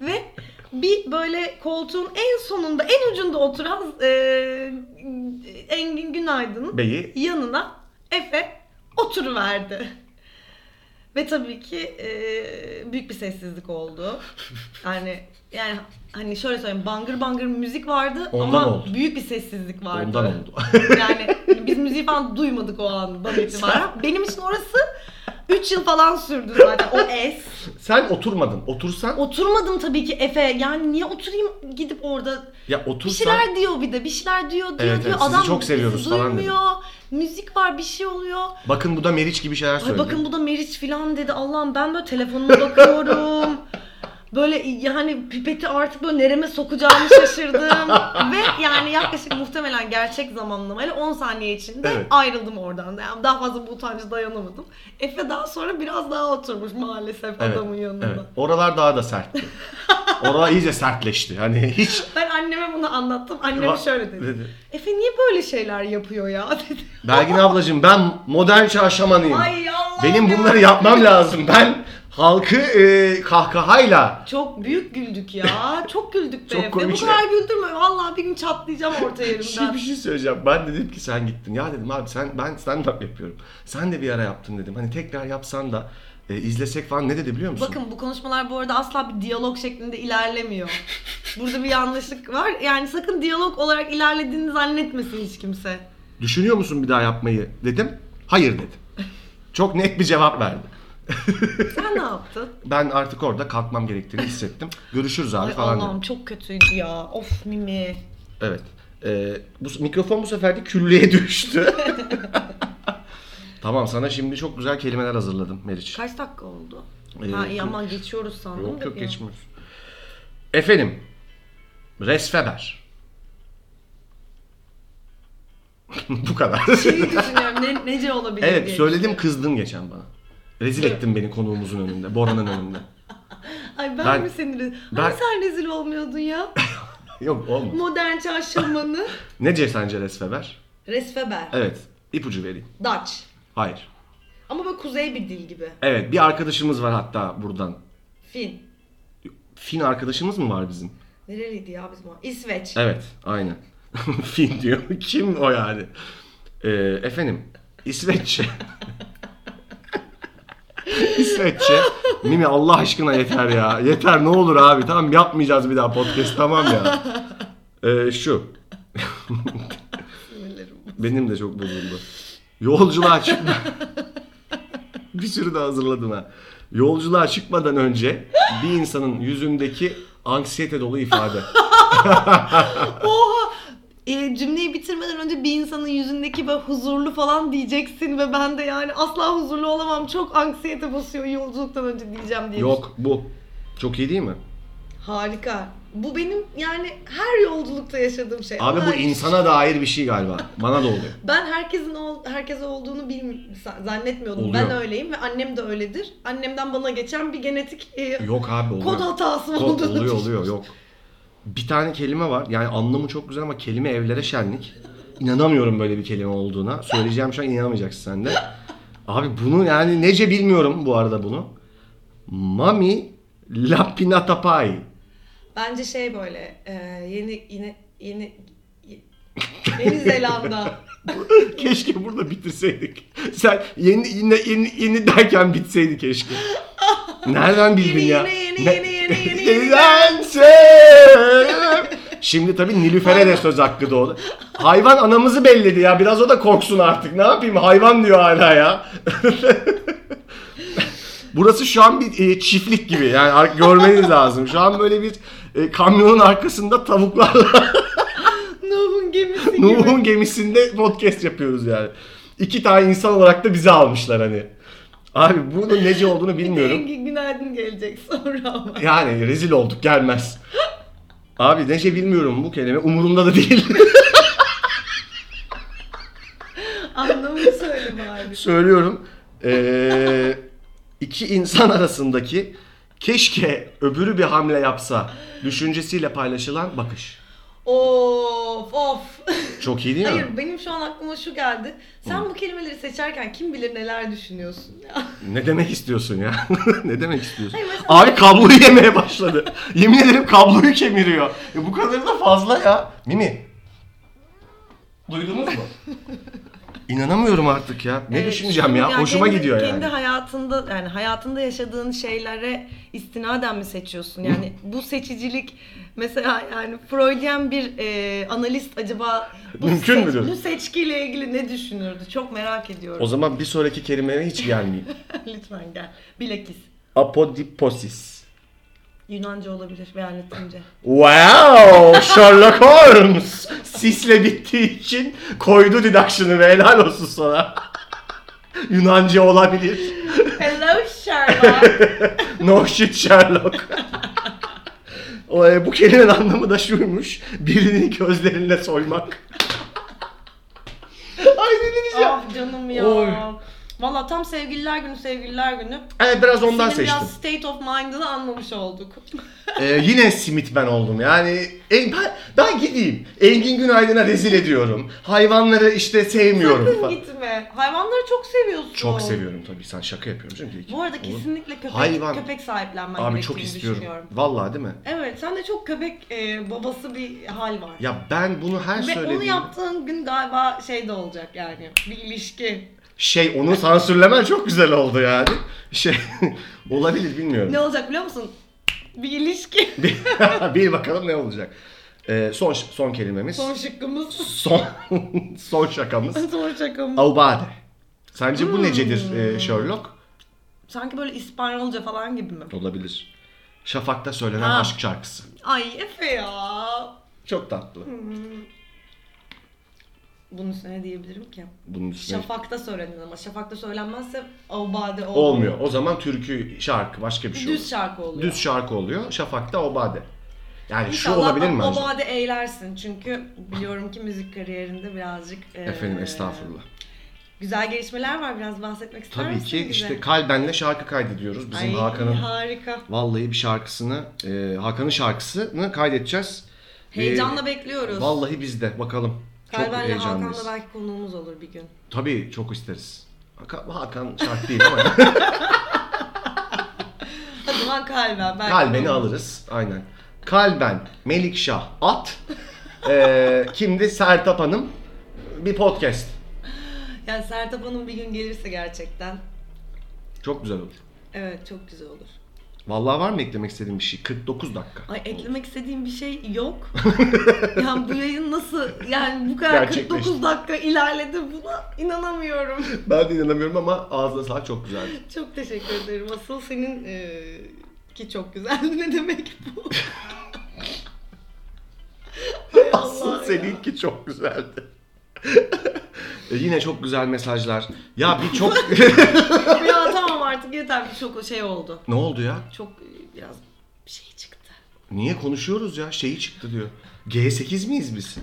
Speaker 2: Ve bir böyle koltuğun en sonunda en ucunda oturan e, Engin Günaydın'ın
Speaker 1: Beyi
Speaker 2: yanına Efe oturuverdi. Ve tabii ki e, büyük bir sessizlik oldu. Yani yani hani şöyle söyleyeyim bangır bangır müzik vardı
Speaker 1: Ondan
Speaker 2: ama
Speaker 1: oldu.
Speaker 2: büyük bir sessizlik vardı.
Speaker 1: ondan oldu.
Speaker 2: Yani biz müziği falan duymadık o an bana itibaren. Benim için orası 3 yıl falan sürdü zaten o es.
Speaker 1: Sen oturmadın. Otursan
Speaker 2: Oturmadım tabii ki Efe. Yani niye oturayım gidip orada
Speaker 1: ya
Speaker 2: bir
Speaker 1: otursan
Speaker 2: şeyler diyor bir de bir şeyler diyor diyor
Speaker 1: Evet, evet,
Speaker 2: diyor
Speaker 1: sizi
Speaker 2: adam
Speaker 1: çok seviyoruz
Speaker 2: bizi
Speaker 1: falan dedi.
Speaker 2: duymuyor müzik var bir şey oluyor
Speaker 1: bakın bu da Meriç gibi şeyler
Speaker 2: ay
Speaker 1: söyledi.
Speaker 2: bakın bu da Meriç filan dedi Allah'ım ben böyle telefonuma bakıyorum böyle yani pipeti artık böyle nereme sokacağımı şaşırdım ve yani yaklaşık muhtemelen gerçek zamanlamayla 10 saniye içinde
Speaker 1: Evet.
Speaker 2: ayrıldım oradan yani daha fazla bu utancı dayanamadım Efe daha sonra biraz daha oturmuş maalesef
Speaker 1: Evet,
Speaker 2: adamın yanında
Speaker 1: evet. Oralar daha da sertti. Oralar iyice sertleşti. Hani hiç
Speaker 2: ben anneme bunu anlattım annem şöyle dedi
Speaker 1: dedi.
Speaker 2: Efe niye böyle şeyler yapıyor ya dedi
Speaker 1: Belgin ablacığım ben modern çarşamanıyım.
Speaker 2: Ay Allah
Speaker 1: Benim
Speaker 2: ya.
Speaker 1: bunları yapmam lazım. Ben halkı e, kahkahayla
Speaker 2: Çok büyük güldük ya. Çok güldük be.
Speaker 1: Çok
Speaker 2: Ve
Speaker 1: komik
Speaker 2: Bu kadar güldürme. Vallahi bir gün çatlayacağım orta
Speaker 1: şey
Speaker 2: yerimden.
Speaker 1: bir şey söyleyeceğim. Ben dedim ki sen gittin. Ya dedim abi sen ben stand up yapıyorum. Sen de bir ara yaptın dedim. Hani tekrar yapsan da e, izlesek falan ne dedi biliyor musun?
Speaker 2: Bakın bu konuşmalar bu arada asla bir diyalog şeklinde ilerlemiyor. Burada bir yanlışlık var. Yani sakın diyalog olarak ilerlediğini zannetmesin hiç kimse.
Speaker 1: Düşünüyor musun bir daha yapmayı dedim. Hayır dedi. Çok net bir cevap verdi.
Speaker 2: Sen ne yaptın?
Speaker 1: Ben artık orada kalkmam gerektiğini hissettim. Görüşürüz abi
Speaker 2: Ay
Speaker 1: falan dedim.
Speaker 2: Allah'ım çok kötüydü ya. Of Mimi.
Speaker 1: Evet. Ee, bu mikrofon bu sefer de küllüğe düştü. tamam sana şimdi çok güzel kelimeler hazırladım Meriç.
Speaker 2: Kaç dakika oldu?
Speaker 1: Ee,
Speaker 2: ha iyi
Speaker 1: yok.
Speaker 2: aman geçiyoruz sandım.
Speaker 1: Yok
Speaker 2: da
Speaker 1: yok
Speaker 2: bir an.
Speaker 1: geçmiyoruz. Efendim. Resfeber. bu kadar.
Speaker 2: Şeyi düşünüyorum ne, nece olabilir
Speaker 1: evet
Speaker 2: diye
Speaker 1: söyledim
Speaker 2: düşünüyorum.
Speaker 1: kızdın geçen bana. Rezil ettin beni konuğumuzun önünde. Bora'nın önünde.
Speaker 2: Ay ben,
Speaker 1: Ben-
Speaker 2: mi seni rezil...
Speaker 1: ben-
Speaker 2: Hani sen rezil olmuyordun ya?
Speaker 1: Yok olmadı.
Speaker 2: Modern çarşamanı.
Speaker 1: Nece sence Resfeber?
Speaker 2: Resfeber.
Speaker 1: Evet. ipucu vereyim.
Speaker 2: Dutch.
Speaker 1: Hayır.
Speaker 2: Ama böyle kuzey bir dil gibi.
Speaker 1: Evet bir arkadaşımız var hatta buradan.
Speaker 2: Fin.
Speaker 1: Fin arkadaşımız mı var bizim?
Speaker 2: Nereliydi ya bizim o? İsveç.
Speaker 1: Evet, aynen. fin diyor. Kim o yani? Ee, efendim, İsveççe. İsveççe. Mimi Allah aşkına yeter ya. Yeter ne olur abi. Tamam yapmayacağız bir daha podcast tamam ya. Ee, şu.
Speaker 2: Sinirlerim.
Speaker 1: Benim de çok bozuldu. Yolculuğa çıkma. bir sürü de hazırladım ha. Yolculuğa çıkmadan önce bir insanın yüzündeki anksiyete dolu ifade.
Speaker 2: Oha! E, cümleyi bitirmeden önce bir insanın yüzündeki böyle huzurlu falan diyeceksin ve ben de yani asla huzurlu olamam. Çok anksiyete basıyor yolculuktan önce diyeceğim diye.
Speaker 1: Yok bu. Çok iyi değil mi?
Speaker 2: Harika. Bu benim yani her yolculukta yaşadığım şey.
Speaker 1: Abi bu
Speaker 2: Ama
Speaker 1: insana dair bir şey galiba. Bana da oluyor.
Speaker 2: Ben herkesin ol, herkese olduğunu bilmi- sa- zannetmiyordum.
Speaker 1: Oluyor.
Speaker 2: Ben öyleyim ve annem de öyledir. Annemden bana geçen bir genetik e,
Speaker 1: Yok abi oluyor.
Speaker 2: kod hatası
Speaker 1: Kod
Speaker 2: olduğunu
Speaker 1: oluyor oluyor
Speaker 2: düşünmüştüm.
Speaker 1: yok. Bir tane kelime var. Yani anlamı çok güzel ama kelime evlere şenlik. İnanamıyorum böyle bir kelime olduğuna. Söyleyeceğim şu an inanamayacaksın sen de. Abi bunu yani nece bilmiyorum bu arada bunu. Mami lapinatapai.
Speaker 2: Bence şey böyle e, yeni yine yeni Yeni Zelanda.
Speaker 1: Keşke burada bitirseydik. Sen yeni yeni yeni, yeni derken bitseydi keşke. Nereden bildin
Speaker 2: Yeni,
Speaker 1: ya?
Speaker 2: yeni, yeni,
Speaker 1: Ne-
Speaker 2: yeni, yeni, yeni, yeni.
Speaker 1: Yeniden sev. Şimdi tabii Nilüfer'e de söz hakkı doğdu. Hayvan anamızı belledi ya. Biraz o da korksun artık. Ne yapayım? Hayvan diyor hala ya. Burası şu an bir e, çiftlik gibi. Yani ar- görmeniz lazım. Şu an böyle bir e, kamyonun arkasında tavuklarla
Speaker 2: Nuh'un gemisi gibi.
Speaker 1: Nuh'un gemisinde podcast yapıyoruz yani. İki tane insan olarak da bizi almışlar hani. Abi bunun nece olduğunu bilmiyorum.
Speaker 2: Engin günaydın gelecek sonra ama.
Speaker 1: Yani rezil olduk gelmez. Abi nece bilmiyorum bu kelime umurumda da değil.
Speaker 2: Anlamını söyle bari.
Speaker 1: Söylüyorum. Ee, iki insan arasındaki keşke öbürü bir hamle yapsa düşüncesiyle paylaşılan bakış.
Speaker 2: Of of.
Speaker 1: Çok iyi değil mi?
Speaker 2: Hayır benim şu an aklıma şu geldi. Sen bu kelimeleri seçerken kim bilir neler düşünüyorsun ya.
Speaker 1: Ne demek istiyorsun ya? ne demek istiyorsun?
Speaker 2: Hayır, mesela-
Speaker 1: Abi kabloyu yemeye başladı. Yemin ederim kabloyu kemiriyor. Ya bu kadarı da fazla ya. Mimi. Duydunuz mu? İnanamıyorum artık ya. Ne
Speaker 2: Evet,
Speaker 1: düşüneceğim
Speaker 2: şimdi
Speaker 1: ya? Hoşuma
Speaker 2: kendi-
Speaker 1: gidiyor yani.
Speaker 2: Kendi hayatında yani hayatında yaşadığın şeylere istinaden mi seçiyorsun? Yani bu seçicilik mesela yani Freudian bir e, analist acaba bu,
Speaker 1: Mümkün
Speaker 2: seç-
Speaker 1: müdür?
Speaker 2: bu seçkiyle ilgili ne düşünürdü? Çok merak ediyorum.
Speaker 1: O zaman bir sonraki kelimeye hiç gelmeyeyim.
Speaker 2: Lütfen gel. Bilakis.
Speaker 1: Apodiposis.
Speaker 2: Yunanca olabilir veya Latince.
Speaker 1: Wow! Sherlock Holmes! Sisle bittiği için koydu deduction'ı ve helal olsun sana. Yunanca olabilir.
Speaker 2: Hello Sherlock.
Speaker 1: No shit Sherlock. O, e, bu kelimenin anlamı da şuymuş. Birini gözlerine soymak. Ay delireceğim.
Speaker 2: ah canım ya.
Speaker 1: Oy.
Speaker 2: Valla tam sevgililer günü sevgililer günü.
Speaker 1: Evet, biraz ondan
Speaker 2: Senin
Speaker 1: seçtim.
Speaker 2: biraz state of mind'ını anlamış olduk.
Speaker 1: E, yine simit ben oldum. Yani en, ben, ben gideyim. Engin Günaydın'a rezil ediyorum. Hayvanları işte sevmiyorum
Speaker 2: Sakın
Speaker 1: falan.
Speaker 2: gitme. Hayvanları çok seviyorsun.
Speaker 1: Çok seviyorum tabii. Sen şaka yapıyorum şimdi.
Speaker 2: Bu arada
Speaker 1: Oğlum,
Speaker 2: kesinlikle köpek,
Speaker 1: Hayvan.
Speaker 2: köpek sahiplenmen
Speaker 1: Abi
Speaker 2: gerektiğini
Speaker 1: çok istiyorum.
Speaker 2: düşünüyorum.
Speaker 1: Vallahi değil mi?
Speaker 2: Evet, sende çok köpek e, babası bir hal var.
Speaker 1: Ya ben bunu her
Speaker 2: Ve
Speaker 1: söylediğimde...
Speaker 2: onu yaptığın gün galiba şey de olacak yani. Bir ilişki.
Speaker 1: Şey onu sansürlemen çok güzel oldu yani. Şey olabilir bilmiyorum.
Speaker 2: Ne olacak biliyor musun? Bir ilişki.
Speaker 1: Bir, bir bakalım ne olacak. Ee, son son kelimemiz. Son
Speaker 2: Son şıkkımız.
Speaker 1: son, şakamız.
Speaker 2: Son Hmm. şakamız.
Speaker 1: Avbade. Sence bu necedir e, Sherlock?
Speaker 2: Sanki böyle İspanyolca falan gibi mi?
Speaker 1: Olabilir. Şafak'ta söylenen
Speaker 2: Ha.
Speaker 1: aşk şarkısı.
Speaker 2: Ay Efe ya.
Speaker 1: Çok tatlı.
Speaker 2: Bunun üstüne ne diyebilirim ki?
Speaker 1: Bunun üstüne
Speaker 2: Şafak'ta söylenir ama Şafak'ta söylenmezse avbade olmuyor.
Speaker 1: olmuyor. O zaman türkü şarkı başka bir şey
Speaker 2: Düz
Speaker 1: oluyor.
Speaker 2: şarkı oluyor.
Speaker 1: Düz şarkı oluyor. Şafak'ta obade. Yani şu
Speaker 2: İnşallah
Speaker 1: olabilir mi
Speaker 2: o-
Speaker 1: acaba?
Speaker 2: O vade eğlersin çünkü biliyorum ki müzik kariyerinde birazcık e,
Speaker 1: Efendim estağfurullah.
Speaker 2: Güzel gelişmeler var biraz bahsetmek ister
Speaker 1: Tabii
Speaker 2: misin
Speaker 1: ki
Speaker 2: bize?
Speaker 1: işte kalbenle şarkı kaydediyoruz. Bizim
Speaker 2: Ay,
Speaker 1: Hakan'ın
Speaker 2: harika.
Speaker 1: Vallahi bir şarkısını, e, Hakan'ın şarkısını kaydedeceğiz.
Speaker 2: Heyecanla
Speaker 1: Ee,
Speaker 2: bekliyoruz.
Speaker 1: Vallahi biz de bakalım. çok
Speaker 2: Kalbenle
Speaker 1: heyecanlıyız.
Speaker 2: Hakan'la belki konuğumuz olur bir gün.
Speaker 1: Tabii çok isteriz. Hakan, Hakan şarkı değil ama
Speaker 2: O zaman Kalben. Belki
Speaker 1: kalbeni
Speaker 2: konuğumuz-
Speaker 1: alırız. Aynen. Kalben, Melikşah, At. E, kimdi? Sertap Hanım. Bir podcast.
Speaker 2: Yani Sertab Hanım bir gün gelirse gerçekten
Speaker 1: Çok güzel olur.
Speaker 2: Evet çok güzel olur.
Speaker 1: Vallahi var mı eklemek istediğin bir şey? 49 dakika.
Speaker 2: Ay
Speaker 1: oldu.
Speaker 2: eklemek istediğim bir şey yok. yani bu yayın nasıl yani bu kadar
Speaker 1: Gerçekleşti.
Speaker 2: 49 dakika ilerledi buna inanamıyorum.
Speaker 1: Ben de inanamıyorum ama ağzına sağlık çok güzeldi.
Speaker 2: çok teşekkür ederim. Asıl senin e, ki çok güzeldi ne demek bu? Hay Allah
Speaker 1: Asıl
Speaker 2: ya.
Speaker 1: seninki çok güzeldi. E, Yine çok güzel mesajlar. Ya bir çok...
Speaker 2: ya tamam artık yeter bir çok şey oldu.
Speaker 1: ne oldu ya?
Speaker 2: Çok e, biraz bir şey çıktı.
Speaker 1: Niye konuşuyoruz ya? Şeyi çıktı diyor. G8 miyiz biz?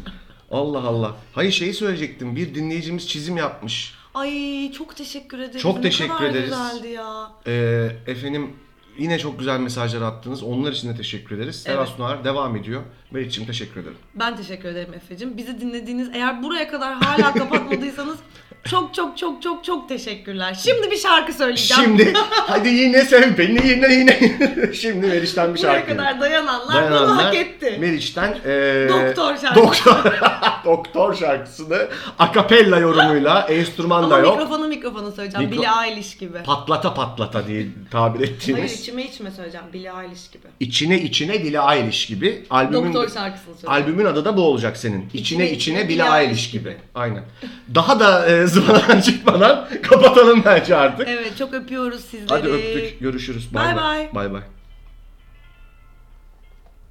Speaker 1: Allah Allah. Hayır şeyi söyleyecektim. Bir dinleyicimiz çizim yapmış.
Speaker 2: Ay çok teşekkür ederiz.
Speaker 1: Çok
Speaker 2: Ne
Speaker 1: teşekkür
Speaker 2: kadar
Speaker 1: ederiz.
Speaker 2: güzeldi ya.
Speaker 1: Ee, efendim yine çok güzel mesajlar attınız. Onlar için de teşekkür ederiz.
Speaker 2: Evet.
Speaker 1: Serhat Sunar devam ediyor. Meriç'ciğim teşekkür ederim.
Speaker 2: Ben teşekkür ederim Efe'cim. Bizi dinlediğiniz eğer buraya kadar hala kapatmadıysanız çok çok çok çok çok teşekkürler. Şimdi bir şarkı söyleyeceğim.
Speaker 1: Şimdi hadi yine sev beni yine yine. Şimdi Meriç'ten bir
Speaker 2: buraya
Speaker 1: şarkı.
Speaker 2: kadar dayananlar, bunu hak etti.
Speaker 1: Meriç'ten ee,
Speaker 2: Doktor şarkısı.
Speaker 1: Doktor, doktor şarkısını akapella yorumuyla enstrüman
Speaker 2: Ama
Speaker 1: da yok.
Speaker 2: mikrofonu mikrofonu söyleyeceğim.
Speaker 1: Mikro-
Speaker 2: Billie Eilish gibi.
Speaker 1: Patlata patlata diye tabir
Speaker 2: Hayır
Speaker 1: ettiğimiz.
Speaker 2: içime içme söyleyeceğim. Billie Eilish gibi.
Speaker 1: İçine içine Billie Eilish gibi. Albümün,
Speaker 2: Doktor şarkısını söyleyeceğim.
Speaker 1: albümün adı da bu olacak senin.
Speaker 2: İçine
Speaker 1: İçine
Speaker 2: içine
Speaker 1: içine
Speaker 2: Billie
Speaker 1: Billie Eilish
Speaker 2: Eilish
Speaker 1: gibi. Aynen. Daha da e, zıvanadan çıkmadan kapatalım bence artık.
Speaker 2: Evet çok öpüyoruz sizleri.
Speaker 1: Hadi öptük. Görüşürüz. Bay
Speaker 2: Bay
Speaker 1: bay.
Speaker 2: bay.
Speaker 1: Bay bay.